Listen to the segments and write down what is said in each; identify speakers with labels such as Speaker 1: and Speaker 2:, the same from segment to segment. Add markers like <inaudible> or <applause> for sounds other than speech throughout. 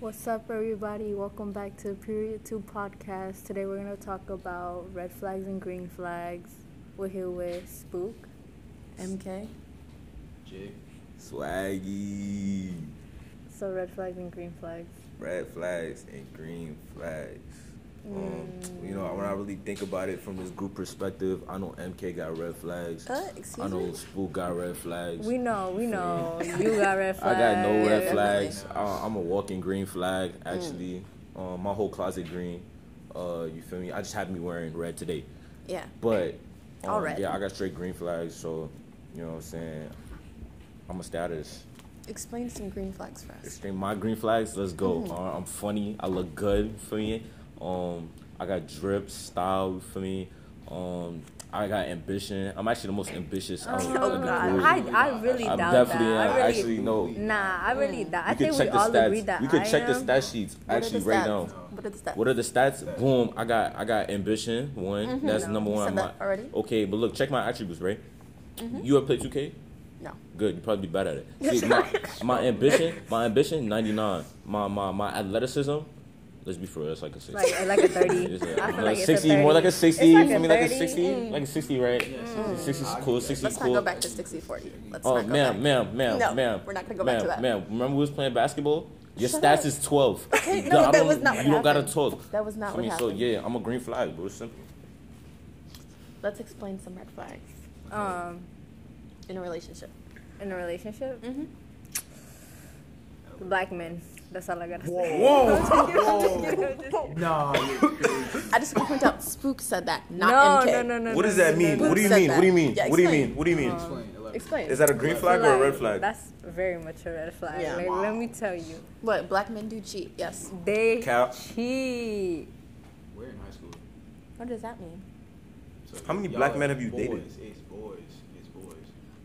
Speaker 1: What's up, everybody? Welcome back to Period 2 Podcast. Today we're going to talk about red flags and green flags. We're here with Spook.
Speaker 2: MK.
Speaker 3: Jig.
Speaker 4: Swaggy.
Speaker 1: So, red flags and green flags.
Speaker 4: Red flags and green flags. Um, You know, when I really think about it from this group perspective, I know MK got red flags.
Speaker 2: Uh,
Speaker 4: I
Speaker 2: excuse
Speaker 4: know
Speaker 2: me.
Speaker 4: Spook got red flags.
Speaker 1: We know, we know. You got red
Speaker 4: <laughs> I
Speaker 1: flags.
Speaker 4: got no red
Speaker 2: Yeah,
Speaker 4: flags. I, I'm a walking green flag,
Speaker 2: Mm.
Speaker 4: actually. Um, my whole closet green. Uh, you feel me? I just happen to be wearing red today.
Speaker 2: Yeah.
Speaker 4: But um,
Speaker 2: All red.
Speaker 4: yeah, I got straight green flags, so you know what I'm saying. I'm a status.
Speaker 2: Explain some green flags for us.
Speaker 4: Extreme my green flags. Let's go.
Speaker 1: Mm.
Speaker 4: Alright, I'm funny. I look good for me. Um, I got drip style for me. Um, I got ambition. I'm actually the most ambitious. out of
Speaker 1: <laughs> Oh,
Speaker 4: the
Speaker 1: God.
Speaker 4: group.
Speaker 1: I, I really
Speaker 4: I'm
Speaker 1: doubt
Speaker 4: definitely.
Speaker 1: that.
Speaker 4: am.
Speaker 1: I really,
Speaker 4: actually no. You
Speaker 1: nah, I really doubt. I
Speaker 4: could
Speaker 1: think we
Speaker 4: check the
Speaker 1: all agree
Speaker 4: stats.
Speaker 1: that
Speaker 4: You could
Speaker 1: I
Speaker 4: check the
Speaker 1: am.
Speaker 4: stat sheets
Speaker 2: What are the
Speaker 4: actually right now.
Speaker 2: stats? What are the stats? <laughs>
Speaker 4: What are the stats? Boom! I got I got ambition. One.
Speaker 1: Mm-hmm.
Speaker 4: That's
Speaker 2: No,
Speaker 4: number
Speaker 2: you
Speaker 4: one.
Speaker 2: said
Speaker 4: I'm
Speaker 2: that
Speaker 4: not-
Speaker 2: already.
Speaker 4: Okay, but look, check my attributes, right? You ever play 2K?
Speaker 2: Mm-hmm. no.
Speaker 4: Good, you probably be bad at
Speaker 2: <laughs>
Speaker 4: it. See, my, my ambition, my ambition, ninety nine. My my my athleticism. Let's be for real, it's like a sixty.
Speaker 1: Like, like a 30.
Speaker 4: <laughs> It's like-
Speaker 1: I feel
Speaker 4: no,
Speaker 1: like it's a
Speaker 4: 60, more like
Speaker 1: 30.
Speaker 4: a sixty.
Speaker 1: It's like
Speaker 4: I
Speaker 1: a Mm.
Speaker 4: mean, like a
Speaker 1: 30.
Speaker 4: sixty, like a sixty, right?
Speaker 3: Yeah,
Speaker 4: Sixty is cool. Sixty is
Speaker 2: Mm. Let's
Speaker 4: cool.
Speaker 2: not go back to 60 40. Let's
Speaker 4: oh,
Speaker 2: not go
Speaker 4: ma'am,
Speaker 2: back.
Speaker 4: ma'am, ma'am,
Speaker 2: No,
Speaker 4: ma'am.
Speaker 2: we're not gonna go
Speaker 4: ma'am,
Speaker 2: back to that.
Speaker 4: Ma'am, remember we was playing basketball. Your
Speaker 2: Shut
Speaker 4: stats
Speaker 2: up.
Speaker 4: is
Speaker 2: <laughs>
Speaker 4: twelve.
Speaker 2: Okay,
Speaker 4: You
Speaker 2: no,
Speaker 4: don't- I
Speaker 2: that
Speaker 4: don't-
Speaker 2: was not what
Speaker 4: You don't gotta
Speaker 2: happened.
Speaker 4: talk.
Speaker 2: That was not
Speaker 4: I
Speaker 2: what
Speaker 4: mean, So
Speaker 2: happened.
Speaker 4: yeah, I'm a green flag, bro. It's simple.
Speaker 2: Let's explain some red flags
Speaker 1: Um,
Speaker 2: in a relationship.
Speaker 1: in a relationship?
Speaker 2: Mm-hmm.
Speaker 1: Black men. That's all I got to say.
Speaker 3: Nah,
Speaker 2: I just want to point out, Spook said that,
Speaker 1: No,
Speaker 2: not
Speaker 1: no,
Speaker 2: MK.
Speaker 1: no, no. no,
Speaker 4: What does that
Speaker 1: no,
Speaker 4: mean?
Speaker 1: no,
Speaker 4: What do you
Speaker 2: Who said
Speaker 4: mean? What do you
Speaker 2: that?
Speaker 4: mean?
Speaker 2: Yeah,
Speaker 4: What do you
Speaker 2: explain.
Speaker 4: mean? What do you mean?
Speaker 3: explain. Elaborate.
Speaker 2: Explain.
Speaker 4: Is that a green flag or a red flag?
Speaker 1: Uh-huh. That's very much a red flag.
Speaker 2: Yeah.
Speaker 1: Like, Let me tell you,
Speaker 2: what? Black men do cheat. Yes.
Speaker 1: they
Speaker 4: Cap.
Speaker 1: cheat.
Speaker 3: We're in high school.
Speaker 2: What does that mean?
Speaker 3: So
Speaker 4: How many
Speaker 3: y'all
Speaker 4: black
Speaker 3: are
Speaker 4: men have you
Speaker 3: boys.
Speaker 4: dated?
Speaker 3: It's boys. It's boys.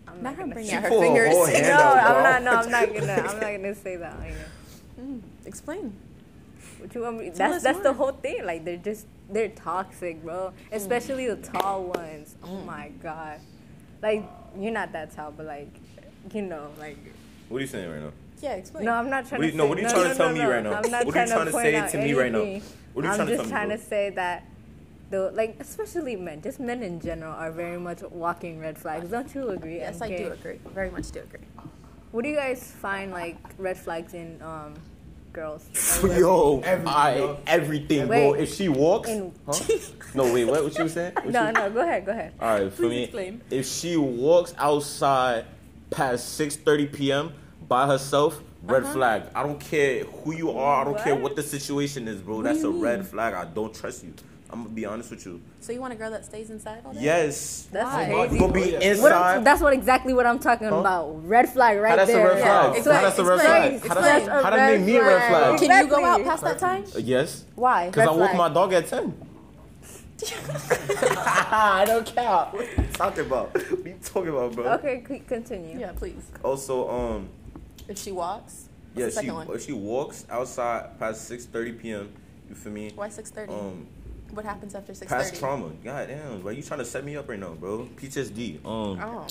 Speaker 1: I'm
Speaker 2: Not
Speaker 1: not,
Speaker 2: her
Speaker 1: gonna
Speaker 2: bringing
Speaker 1: say-
Speaker 2: out her
Speaker 4: She pulled a
Speaker 2: fingers. <laughs>
Speaker 4: whole
Speaker 1: No,
Speaker 4: hand out,
Speaker 1: I'm
Speaker 4: bro.
Speaker 1: not. No, I'm not gonna.
Speaker 4: <laughs>
Speaker 1: I'm not gonna say that. on here.
Speaker 2: Mm, explain.
Speaker 1: What you want me?
Speaker 2: Tell
Speaker 1: That's
Speaker 2: us
Speaker 1: that's the whole
Speaker 2: more.
Speaker 1: thing. Like they're just they're toxic, bro.
Speaker 2: Mm.
Speaker 1: Especially the tall ones. Oh my god. Like you're not that tall, but like you know, like
Speaker 4: What are you saying right now?
Speaker 2: Yeah, explain.
Speaker 1: no, I'm not trying
Speaker 4: What
Speaker 1: to.
Speaker 4: are you- no,
Speaker 1: say-
Speaker 4: what are you trying to
Speaker 1: no,
Speaker 4: tell
Speaker 1: no,
Speaker 4: me
Speaker 1: no.
Speaker 4: right now?
Speaker 1: I'm not
Speaker 4: What are
Speaker 1: trying
Speaker 4: you trying to
Speaker 1: point
Speaker 4: say
Speaker 1: out
Speaker 4: to me right now?
Speaker 1: anything.
Speaker 4: What are you
Speaker 1: I'm
Speaker 4: trying to
Speaker 1: just
Speaker 4: tell me,
Speaker 1: trying
Speaker 4: bro?
Speaker 1: to say that. The, like especially men, just men in general are very much walking red flags. Don't you agree?
Speaker 2: yes, I
Speaker 1: MK?
Speaker 2: do agree. Very much do agree.
Speaker 1: What do you guys find like red flags in um
Speaker 4: <laughs>
Speaker 1: girls? Like,
Speaker 4: <laughs> Yo,
Speaker 3: Everything,
Speaker 4: I
Speaker 3: bro.
Speaker 4: everything, bro.
Speaker 1: Wait.
Speaker 4: If she walks,
Speaker 1: In- <laughs>
Speaker 4: huh? no wait, what? What you was <laughs> saying? What
Speaker 1: no,
Speaker 4: you-
Speaker 1: no, go ahead, go ahead.
Speaker 4: All right, for
Speaker 2: Please
Speaker 4: me,
Speaker 2: explain.
Speaker 4: if she walks outside past 6:30 p.m. by herself, red flag. I don't care who you are. I don't care
Speaker 1: Uh-huh. What?
Speaker 4: what the situation is, bro. That's a red flag. I don't trust you. I'm gonna be honest with you.
Speaker 2: So you want a girl that stays inside all day?
Speaker 4: Yes,
Speaker 1: That's
Speaker 2: Why?
Speaker 4: you
Speaker 1: crazy.
Speaker 4: gonna be
Speaker 3: What-
Speaker 1: What
Speaker 4: inside.
Speaker 1: I'm, that's what exactly what I'm talking
Speaker 4: Huh?
Speaker 1: about. Red flag right
Speaker 4: How that's a
Speaker 1: there.
Speaker 4: red flag?
Speaker 2: Yeah,
Speaker 4: How that's a
Speaker 2: explain,
Speaker 4: red flag? How that-
Speaker 2: explain.
Speaker 4: how that make me a red flag?
Speaker 2: Can you go out
Speaker 1: Exactly.
Speaker 2: past that time?
Speaker 4: Uh, yes,
Speaker 1: Why?
Speaker 4: because I
Speaker 1: Red
Speaker 4: walk
Speaker 1: flag.
Speaker 4: my dog at
Speaker 2: <laughs>
Speaker 4: 10. I don't care. What are you talking about? What are you talking about, bro?
Speaker 1: Okay, c- continue.
Speaker 2: Yeah, please.
Speaker 4: Also, um.
Speaker 2: If she walks. What's
Speaker 4: Yeah,
Speaker 2: the
Speaker 4: she
Speaker 2: second one?
Speaker 4: if she walks outside past six thirty p.m. You feel me?
Speaker 2: Why six thirty?
Speaker 4: Um,
Speaker 2: what happens after six
Speaker 4: past
Speaker 2: thirty?
Speaker 4: trauma. God damn, like you trying to set me up right now, bro? PTSD. Um,
Speaker 2: Oh,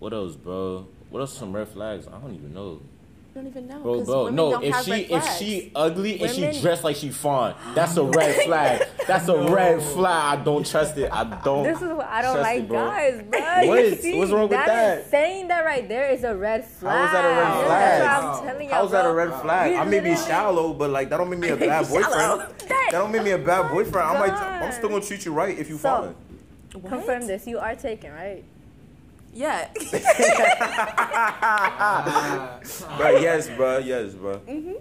Speaker 4: what else, bro? What else? Some red flags? I don't even know,
Speaker 2: you don't even know.
Speaker 4: bro.
Speaker 2: 'cause
Speaker 4: Bro,
Speaker 2: women
Speaker 4: no.
Speaker 2: don't
Speaker 4: If
Speaker 2: have
Speaker 4: she
Speaker 2: red
Speaker 4: if
Speaker 2: flags.
Speaker 4: she ugly and
Speaker 1: Women-
Speaker 4: she dressed like she fine,
Speaker 1: <gasps>
Speaker 4: that's a red flag. That's a red flag. I don't trust it. I don't.
Speaker 1: This is what I don't
Speaker 4: trust
Speaker 1: like,
Speaker 4: it, Oh, bro.
Speaker 1: guys. Bro,
Speaker 4: What
Speaker 1: You
Speaker 4: is-
Speaker 1: see,
Speaker 4: what's wrong with
Speaker 1: that? is-
Speaker 4: that?
Speaker 1: saying that right there is a red flag.
Speaker 4: that a red
Speaker 1: That's what
Speaker 4: flag?
Speaker 1: I'm telling y'all,
Speaker 4: How's that a
Speaker 1: bro.
Speaker 4: red flag?
Speaker 1: You
Speaker 4: I may
Speaker 1: <laughs>
Speaker 4: be
Speaker 1: literally-
Speaker 4: shallow, but like that don't make me
Speaker 1: <laughs>
Speaker 4: a bad boyfriend.
Speaker 2: Shallow.
Speaker 4: That don't make me a bad boyfriend. I might,
Speaker 1: God.
Speaker 4: I'm still gonna treat you right if you
Speaker 1: So-
Speaker 4: <laughs> falling.
Speaker 2: What?
Speaker 1: Confirm this. You are taken, right?
Speaker 2: Yeah.
Speaker 3: <laughs> Ah,
Speaker 4: Bro, yes, bro, yes, bro.
Speaker 1: Mm-hmm.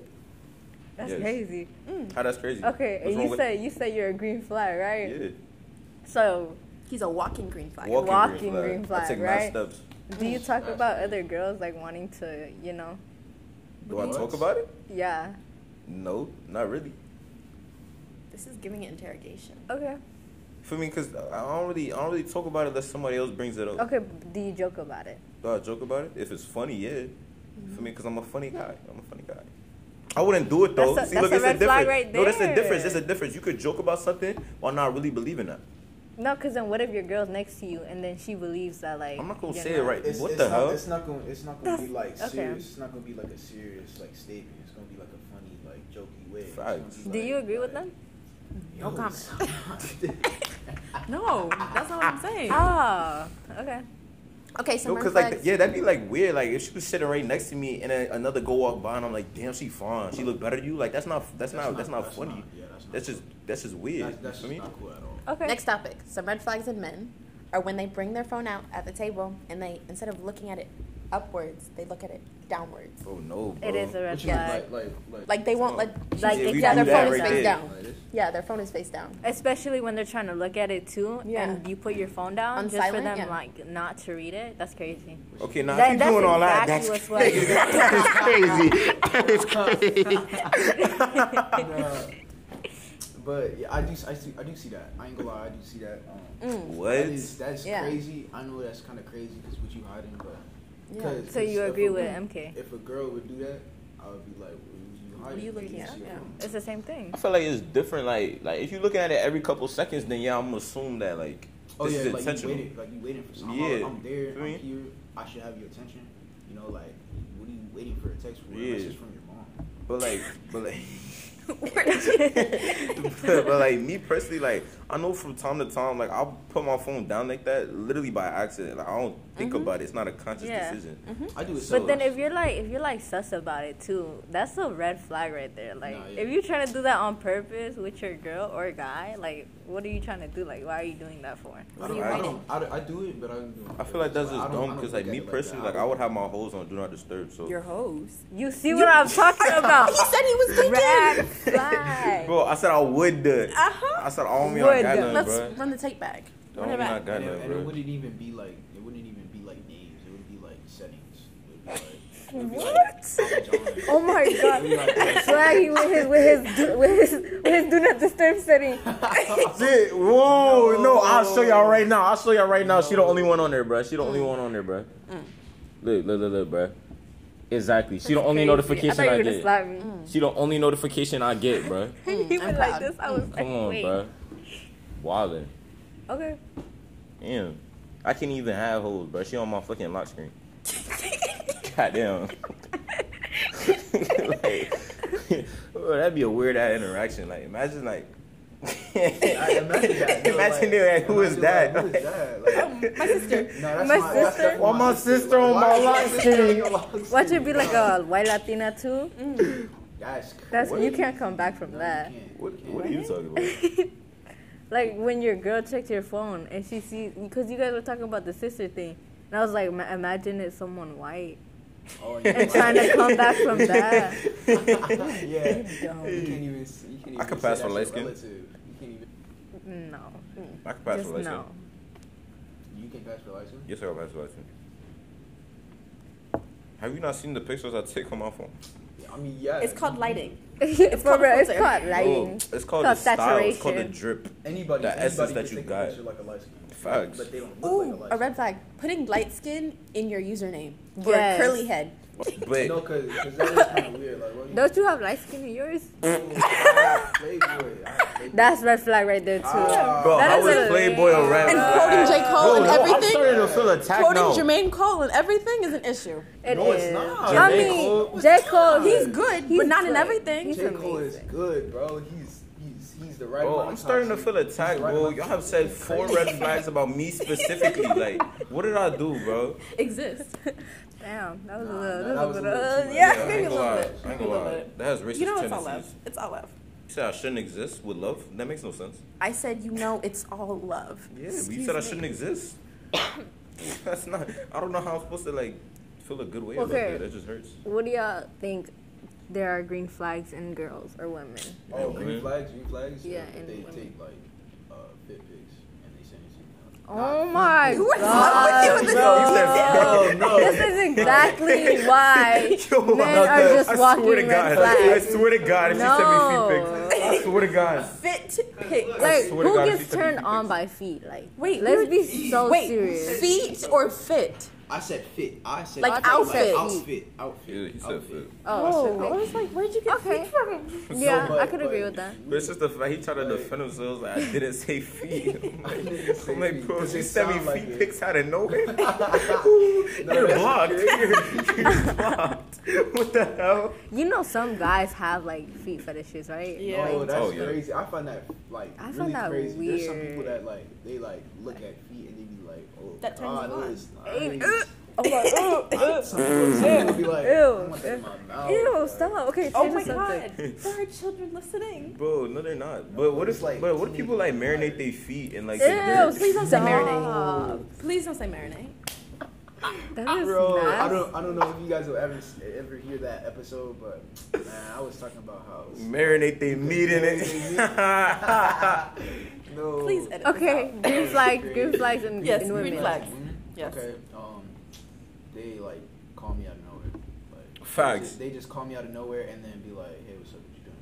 Speaker 1: That's
Speaker 4: Yes.
Speaker 1: crazy.
Speaker 4: How that's crazy.
Speaker 1: Okay,
Speaker 4: What's
Speaker 1: and
Speaker 4: wrong
Speaker 1: you
Speaker 4: with-
Speaker 1: said you said you're a green flag, right?
Speaker 4: yeah.
Speaker 1: So,
Speaker 2: <laughs> He's a walking green flag.
Speaker 4: Walking,
Speaker 1: Walking green
Speaker 4: green flag. I
Speaker 1: flag,
Speaker 4: take
Speaker 1: right?
Speaker 4: mad steps.
Speaker 1: do you talk
Speaker 3: That's
Speaker 1: about
Speaker 3: crazy.
Speaker 1: other girls like wanting to, you know?
Speaker 4: Do I
Speaker 3: What?
Speaker 4: talk about it?
Speaker 1: Yeah.
Speaker 4: No, not really.
Speaker 2: This is giving an interrogation.
Speaker 1: Okay.
Speaker 4: For me, cause I don't really, I don't really talk about it unless somebody else brings it up.
Speaker 1: Okay, but do you joke about it?
Speaker 4: Do I joke about it? If it's funny, yeah. For
Speaker 1: Mm-hmm.
Speaker 4: me, cause I'm a funny guy. I'm a funny guy. I wouldn't do it though.
Speaker 1: That's a-
Speaker 4: See,
Speaker 1: that's
Speaker 4: look,
Speaker 1: a
Speaker 4: it's
Speaker 1: red flag
Speaker 4: a difference.
Speaker 1: right
Speaker 4: No, that's a difference.
Speaker 1: there.
Speaker 4: It's a difference. You could joke about something while not really believing that.
Speaker 1: No, because then what if your girl's next to you and then she believes that like
Speaker 4: I'm not gonna
Speaker 1: you're
Speaker 4: say it right.
Speaker 3: It's,
Speaker 4: What
Speaker 3: it's
Speaker 4: the
Speaker 3: not,
Speaker 4: hell?
Speaker 3: It's not gonna. It's not gonna be like
Speaker 1: That's- okay.
Speaker 3: serious. It's not gonna be like a serious like statement. It's gonna be like a funny like jokey way. It's gonna
Speaker 4: Facts.
Speaker 3: be
Speaker 1: Do
Speaker 3: like-
Speaker 1: you agree with
Speaker 3: like,
Speaker 1: them?
Speaker 2: No
Speaker 3: yo, <laughs>
Speaker 2: comment.
Speaker 3: stop.
Speaker 2: No, that's not what I'm saying.
Speaker 1: Ah, okay.
Speaker 2: okay, so
Speaker 4: No, cause like yeah, that'd be like weird. Like if she was sitting right next to me and then another go walk by and I'm like, damn, she fine. She look better than you. Like that's not that's, not, that's not funny.
Speaker 3: yeah, that's not.
Speaker 4: that's just that's just weird.
Speaker 3: That's, that's
Speaker 4: you
Speaker 3: just
Speaker 4: feel me?
Speaker 3: not cool at all.
Speaker 1: Okay.
Speaker 2: Next topic. Some red flags in men are when they bring their phone out at the table and they instead of looking at it upwards, they look at it downwards.
Speaker 4: Bro, Oh, no, bro.
Speaker 1: It is a red flag.
Speaker 3: like,
Speaker 2: Like they won't let
Speaker 1: Like,
Speaker 4: yeah, we
Speaker 1: yeah,
Speaker 4: do
Speaker 1: their
Speaker 4: that
Speaker 1: phone is
Speaker 4: right
Speaker 1: face
Speaker 4: there.
Speaker 2: down.
Speaker 3: Like this?
Speaker 2: Yeah, their phone is face down.
Speaker 1: Especially when they're trying to look at it too,
Speaker 2: Yeah.
Speaker 1: and you put your phone down
Speaker 2: On
Speaker 1: just for
Speaker 2: silent,
Speaker 1: them
Speaker 2: yeah.
Speaker 1: like not to read it. That's crazy.
Speaker 4: Okay, now
Speaker 1: That-
Speaker 4: if
Speaker 1: that's
Speaker 4: you doing all that, that's
Speaker 1: exactly what's
Speaker 4: crazy. that's crazy. <laughs> That's
Speaker 1: <laughs>
Speaker 3: <laughs>
Speaker 4: crazy.
Speaker 3: Nah. But yeah, I do, I see, I do see that. I ain't gonna lie, I do see that. Um,
Speaker 2: Mm. <laughs>
Speaker 3: That is,
Speaker 4: what?
Speaker 3: that's
Speaker 2: Yeah.
Speaker 3: crazy. I know that's kind of crazy because what you hiding, but.
Speaker 2: Yeah.
Speaker 3: 'cause
Speaker 1: So
Speaker 3: it's-
Speaker 1: you
Speaker 3: if a
Speaker 1: agree with
Speaker 3: woman-
Speaker 1: MK?
Speaker 3: If a girl would do that, I would be like, what
Speaker 2: What
Speaker 3: are
Speaker 2: are
Speaker 3: you hiding?
Speaker 2: you
Speaker 3: Like,
Speaker 2: looking
Speaker 3: you
Speaker 2: at?
Speaker 3: see a
Speaker 2: Yeah.
Speaker 3: woman.
Speaker 1: It's the same thing.
Speaker 4: I feel like it's different. Like like if you're looking at it every couple seconds, then yeah, I'm gonna assume that like
Speaker 3: Oh
Speaker 4: this
Speaker 3: yeah,
Speaker 4: is
Speaker 3: like you
Speaker 4: intentional.
Speaker 3: waiting, like you waiting for something. I'm,
Speaker 4: Yeah.
Speaker 3: I'm there.
Speaker 4: Feel
Speaker 3: I'm
Speaker 4: me?
Speaker 3: here. I should have your attention. You know, like, what are you waiting for a text for?
Speaker 4: Yeah.
Speaker 3: Unless it's from your mom.
Speaker 1: Hmm?
Speaker 4: but like but like.
Speaker 3: <laughs>
Speaker 4: <laughs> but, but, like me personally, like I know from time to time, like I'll put my phone down like that, literally by accident. Like I don't think about it. It's not a conscious
Speaker 1: Yeah.
Speaker 4: decision.
Speaker 3: I do it. So
Speaker 1: But then if you're like if you're like sus about it too, that's a red flag right there. Like
Speaker 3: Nah, yeah.
Speaker 1: if you're trying to do that on purpose with your girl or guy, like what are you trying to do? Like why are you doing that for?
Speaker 3: I
Speaker 2: What are
Speaker 3: don't,
Speaker 2: you
Speaker 3: I,
Speaker 2: hiding?
Speaker 3: don't, I, don't, I do it, but I don't do it.
Speaker 4: I feel like that's
Speaker 3: I don't-
Speaker 4: just
Speaker 3: I
Speaker 4: dumb
Speaker 3: don't
Speaker 4: because like
Speaker 3: look
Speaker 4: me
Speaker 3: at it
Speaker 4: personally,
Speaker 3: that.
Speaker 4: like I would have my hoes on do not disturb. So
Speaker 2: Your hose.
Speaker 1: You see what I'm talking about?
Speaker 2: <laughs> He said he was thinking.
Speaker 1: red flag.
Speaker 4: bro, I said I would. do it.
Speaker 2: Uh-huh.
Speaker 4: I said I don't mean I
Speaker 1: Would.
Speaker 4: got nothing,
Speaker 2: Let's
Speaker 4: bro.
Speaker 2: run the tape back.
Speaker 4: I
Speaker 2: Run
Speaker 4: don't
Speaker 2: it
Speaker 4: mean I
Speaker 2: back.
Speaker 4: got
Speaker 3: And, it,
Speaker 4: nothing,
Speaker 3: and it
Speaker 4: bro.
Speaker 3: wouldn't even be like it wouldn't even be like names. It would be like settings. It would be like, it would be like
Speaker 1: Oh my god. <laughs> Swaggy with his with his do- with his with his do not disturb setting. Oh
Speaker 3: <laughs>
Speaker 4: Shit, whoa, no.
Speaker 3: No.
Speaker 4: I'll show y'all right now. I'll show y'all right now. She the
Speaker 3: No.
Speaker 4: only one on there, bruh. She the only one on there, bruh.
Speaker 1: Mm.
Speaker 4: Look, look, look, look, bruh. Exactly. She the only
Speaker 1: Crazy.
Speaker 4: notification
Speaker 1: I thought you
Speaker 4: I
Speaker 1: were gonna
Speaker 4: get.
Speaker 1: slap me.
Speaker 4: She the only notification I get, bruh.
Speaker 1: He
Speaker 2: Mm, I'm
Speaker 1: went like
Speaker 2: proud.
Speaker 1: this. I was like,
Speaker 4: Come on,
Speaker 1: wait.
Speaker 4: bruh. Wildin'. <laughs>
Speaker 1: Okay.
Speaker 4: Damn. I can't even have hoes, bruh. She on my fucking lock screen. <laughs> Goddamn. <laughs> like, <laughs> bro, that'd be a weird ass interaction. Like, imagine like. <laughs>
Speaker 3: imagine that. yo,
Speaker 4: Imagine that, like, who is
Speaker 3: imagine, Like,
Speaker 4: that?
Speaker 3: who is that?
Speaker 4: <laughs>
Speaker 3: Like,
Speaker 2: My sister.
Speaker 3: no,
Speaker 1: Oh, My
Speaker 3: that's my, that's
Speaker 1: sister?
Speaker 3: definitely
Speaker 4: Why my sister on
Speaker 3: Why
Speaker 4: my
Speaker 3: is
Speaker 4: lock
Speaker 3: sister
Speaker 4: screen?
Speaker 3: on your lock screen?
Speaker 1: Watch it be like a white Latina too. <laughs>
Speaker 2: Mm.
Speaker 4: <laughs>
Speaker 3: That's crazy.
Speaker 1: That's
Speaker 4: What?
Speaker 1: you can't come back from
Speaker 3: No, you
Speaker 1: that.
Speaker 3: can't.
Speaker 4: What,
Speaker 3: You can't.
Speaker 4: what are you talking about?
Speaker 1: Like when your girl checked your phone and she sees because you guys were talking about the sister thing, and I was like, "Ma- imagine it's someone white <laughs>
Speaker 3: Oh, yeah.
Speaker 1: and trying to come back
Speaker 4: <laughs>
Speaker 3: <laughs>
Speaker 1: from that.
Speaker 3: yeah. You can't even. see- You can't even
Speaker 4: I can
Speaker 3: say that's
Speaker 4: pass for
Speaker 3: your
Speaker 4: light skin.
Speaker 3: relative. You can't even.
Speaker 1: No,
Speaker 4: I can pass
Speaker 1: just
Speaker 4: for light skin.
Speaker 1: no.
Speaker 3: You can pass for light skin.
Speaker 4: Yes, sir, I can pass for light skin. Have you not seen the pictures I take on my phone?
Speaker 3: Yeah, I mean, yeah.
Speaker 2: It's called lighting.
Speaker 1: <laughs> For
Speaker 2: called
Speaker 1: real, it's
Speaker 2: filter.
Speaker 1: called
Speaker 4: Oh,
Speaker 1: lighting.
Speaker 4: it's
Speaker 1: Called
Speaker 4: called the style. It's called the
Speaker 1: saturation.
Speaker 4: drip.
Speaker 3: Anybody.
Speaker 4: The
Speaker 3: anybody
Speaker 4: essence
Speaker 3: can
Speaker 4: that you
Speaker 3: take a
Speaker 4: got.
Speaker 3: picture Like a light skin.
Speaker 4: Facts.
Speaker 3: But they don't look like a
Speaker 2: Ooh,
Speaker 3: light
Speaker 2: a red
Speaker 3: skin.
Speaker 2: flag. Putting light skin in your username or
Speaker 1: Yes.
Speaker 2: curly head.
Speaker 4: But
Speaker 3: No, cause, 'cause that is kind of weird. Like, what are you
Speaker 1: Don't you have light skin in yours? <laughs>
Speaker 3: doing? I Playboy. I Playboy.
Speaker 1: That's red flag right there too.
Speaker 3: Ah.
Speaker 4: bro,
Speaker 1: That
Speaker 4: how
Speaker 1: is
Speaker 4: was
Speaker 1: a-
Speaker 4: Playboy a red
Speaker 2: And
Speaker 4: flag?
Speaker 2: quoting J. Cole
Speaker 4: Bro,
Speaker 2: and
Speaker 4: no, I'm
Speaker 2: everything.
Speaker 4: starting to feel attacked
Speaker 2: Quoting
Speaker 4: now.
Speaker 2: Jermaine Cole and everything is an issue.
Speaker 1: It
Speaker 3: No, it's
Speaker 1: is.
Speaker 3: not.
Speaker 1: I
Speaker 4: J.
Speaker 1: mean,
Speaker 4: Cole-
Speaker 1: J Cole,
Speaker 2: He's good, but not in everything.
Speaker 1: He's
Speaker 3: J. Cole is
Speaker 1: amazing.
Speaker 3: good, bro. He's he's he's the right.
Speaker 4: Bro,
Speaker 3: amount
Speaker 4: I'm
Speaker 3: of
Speaker 4: starting to
Speaker 3: toxic.
Speaker 4: feel
Speaker 3: He's the
Speaker 4: attacked,
Speaker 3: right
Speaker 4: bro.
Speaker 3: amount
Speaker 4: Y'all
Speaker 3: of
Speaker 4: have
Speaker 3: toxic.
Speaker 4: said four red flags about me specifically. Like, what did I do, bro?
Speaker 2: <laughs> Exists.
Speaker 1: Damn, that was
Speaker 3: Nah,
Speaker 1: a
Speaker 3: nah,
Speaker 1: little,
Speaker 3: that was a
Speaker 1: bit
Speaker 3: little
Speaker 1: of,
Speaker 3: too much.
Speaker 1: yeah.
Speaker 4: I ain't
Speaker 2: maybe a
Speaker 4: gonna
Speaker 2: little
Speaker 4: lie.
Speaker 2: bit.
Speaker 4: I ain't
Speaker 2: A
Speaker 4: gonna
Speaker 2: little
Speaker 4: lie.
Speaker 2: bit.
Speaker 4: That has racist
Speaker 2: You know it's all love.
Speaker 4: tendencies.
Speaker 2: It's all love.
Speaker 4: You said I shouldn't exist with love? That makes no sense.
Speaker 2: I said you know it's all love.
Speaker 4: Yeah, but you
Speaker 2: Excuse
Speaker 4: said I
Speaker 2: me.
Speaker 4: shouldn't exist. <coughs> That's not. I don't know how I'm supposed to like feel a good way about
Speaker 1: Okay.
Speaker 4: that. That just hurts.
Speaker 1: What do y'all think? There are green flags in girls or women.
Speaker 3: Oh,
Speaker 4: Yeah,
Speaker 3: green
Speaker 4: women.
Speaker 3: flags, green flags.
Speaker 1: Yeah,
Speaker 3: They
Speaker 1: and
Speaker 3: they
Speaker 1: women.
Speaker 3: take like uh, fit pics and they send it to you.
Speaker 1: Oh my
Speaker 2: Who is
Speaker 1: god!
Speaker 2: wrong with you in
Speaker 1: bro.
Speaker 2: this
Speaker 3: detail? No, no.
Speaker 1: This is
Speaker 3: <laughs>
Speaker 1: exactly
Speaker 4: <laughs>
Speaker 1: why men are just walking red flags.
Speaker 4: swear to God,
Speaker 1: if she sent me feet pics,
Speaker 4: I swear to God.
Speaker 2: Fit pic.
Speaker 1: Like,
Speaker 4: swear to God,
Speaker 1: who
Speaker 4: if
Speaker 1: gets
Speaker 4: she sent me
Speaker 1: turned
Speaker 4: feet
Speaker 1: on
Speaker 4: pics.
Speaker 1: by feet? Like,
Speaker 2: Wait,
Speaker 1: let's
Speaker 2: you're-
Speaker 1: be so
Speaker 2: Wait,
Speaker 1: serious.
Speaker 2: feet or fit?
Speaker 3: I said fit. I said
Speaker 2: Like
Speaker 3: fit,
Speaker 2: outfit.
Speaker 3: outfit. Outfit.
Speaker 4: Yeah, he said fit.
Speaker 1: Oh,
Speaker 2: Oh,
Speaker 1: okay.
Speaker 2: I was like, where'd you get
Speaker 1: Okay.
Speaker 2: feet from?
Speaker 3: <laughs>
Speaker 1: yeah,
Speaker 3: but-
Speaker 1: I could agree
Speaker 3: but-
Speaker 1: with that.
Speaker 4: But it's just the fact he tried to
Speaker 3: Like-
Speaker 4: defend himself. Like, I didn't say feet.
Speaker 3: <laughs>
Speaker 4: I'm
Speaker 3: I
Speaker 4: <laughs> like,
Speaker 3: didn't say
Speaker 4: I'm like
Speaker 3: feet,
Speaker 4: bro,
Speaker 3: 'cause
Speaker 4: you
Speaker 3: it
Speaker 4: sent me
Speaker 3: sound like
Speaker 4: feet
Speaker 3: it. <laughs>
Speaker 4: pics out of nowhere. <laughs>
Speaker 3: No,
Speaker 4: You're
Speaker 3: that's-
Speaker 4: blocked. <laughs> You're blocked. What the hell?
Speaker 1: You know, some guys have like feet fetishes, right?
Speaker 2: Yeah.
Speaker 3: Oh,
Speaker 1: Like,
Speaker 3: that's
Speaker 4: Oh, yeah.
Speaker 3: crazy. I find that like
Speaker 1: I find
Speaker 3: really
Speaker 1: that
Speaker 3: crazy. There's some people
Speaker 1: weird.
Speaker 3: that like they like look at feet and they be like, oh,
Speaker 2: That turns
Speaker 3: God,
Speaker 2: you
Speaker 3: no,
Speaker 2: on.
Speaker 3: it's not.
Speaker 1: Ew,
Speaker 4: <laughs>
Speaker 2: oh my,
Speaker 3: I- Some people some people be like,
Speaker 1: Ew.
Speaker 3: I want that in my mouth.
Speaker 1: Ew,
Speaker 3: Like,
Speaker 1: stop. Okay,
Speaker 2: oh
Speaker 1: say
Speaker 2: my
Speaker 1: something.
Speaker 2: god, there are children listening.
Speaker 4: Bro, no, they're not. But what
Speaker 3: it's
Speaker 4: if,
Speaker 3: like-
Speaker 4: like, but what if people like marinate their feet and like? the
Speaker 1: Ew,
Speaker 4: dirt?
Speaker 1: please don't say
Speaker 2: Stop.
Speaker 1: marinate.
Speaker 2: Please don't say marinate.
Speaker 1: That is
Speaker 3: Bro, I
Speaker 1: nasty.
Speaker 3: don't, I don't know if you guys will ever, ever hear that episode, but man, I was talking about
Speaker 1: <laughs>
Speaker 3: how. <laughs> it's-
Speaker 4: Marinate their meat in it.
Speaker 3: no.
Speaker 2: Please edit.
Speaker 1: Okay,
Speaker 2: This out.
Speaker 1: green flags, green flags, and,
Speaker 2: Yes,
Speaker 1: Mm-hmm. and
Speaker 2: green
Speaker 1: women.
Speaker 2: flag. Yes.
Speaker 3: Okay. Um, they like call me out of nowhere. Like,
Speaker 4: Facts.
Speaker 3: They just, they just call me out of nowhere and then be like, "Hey, what's up? What you doing?"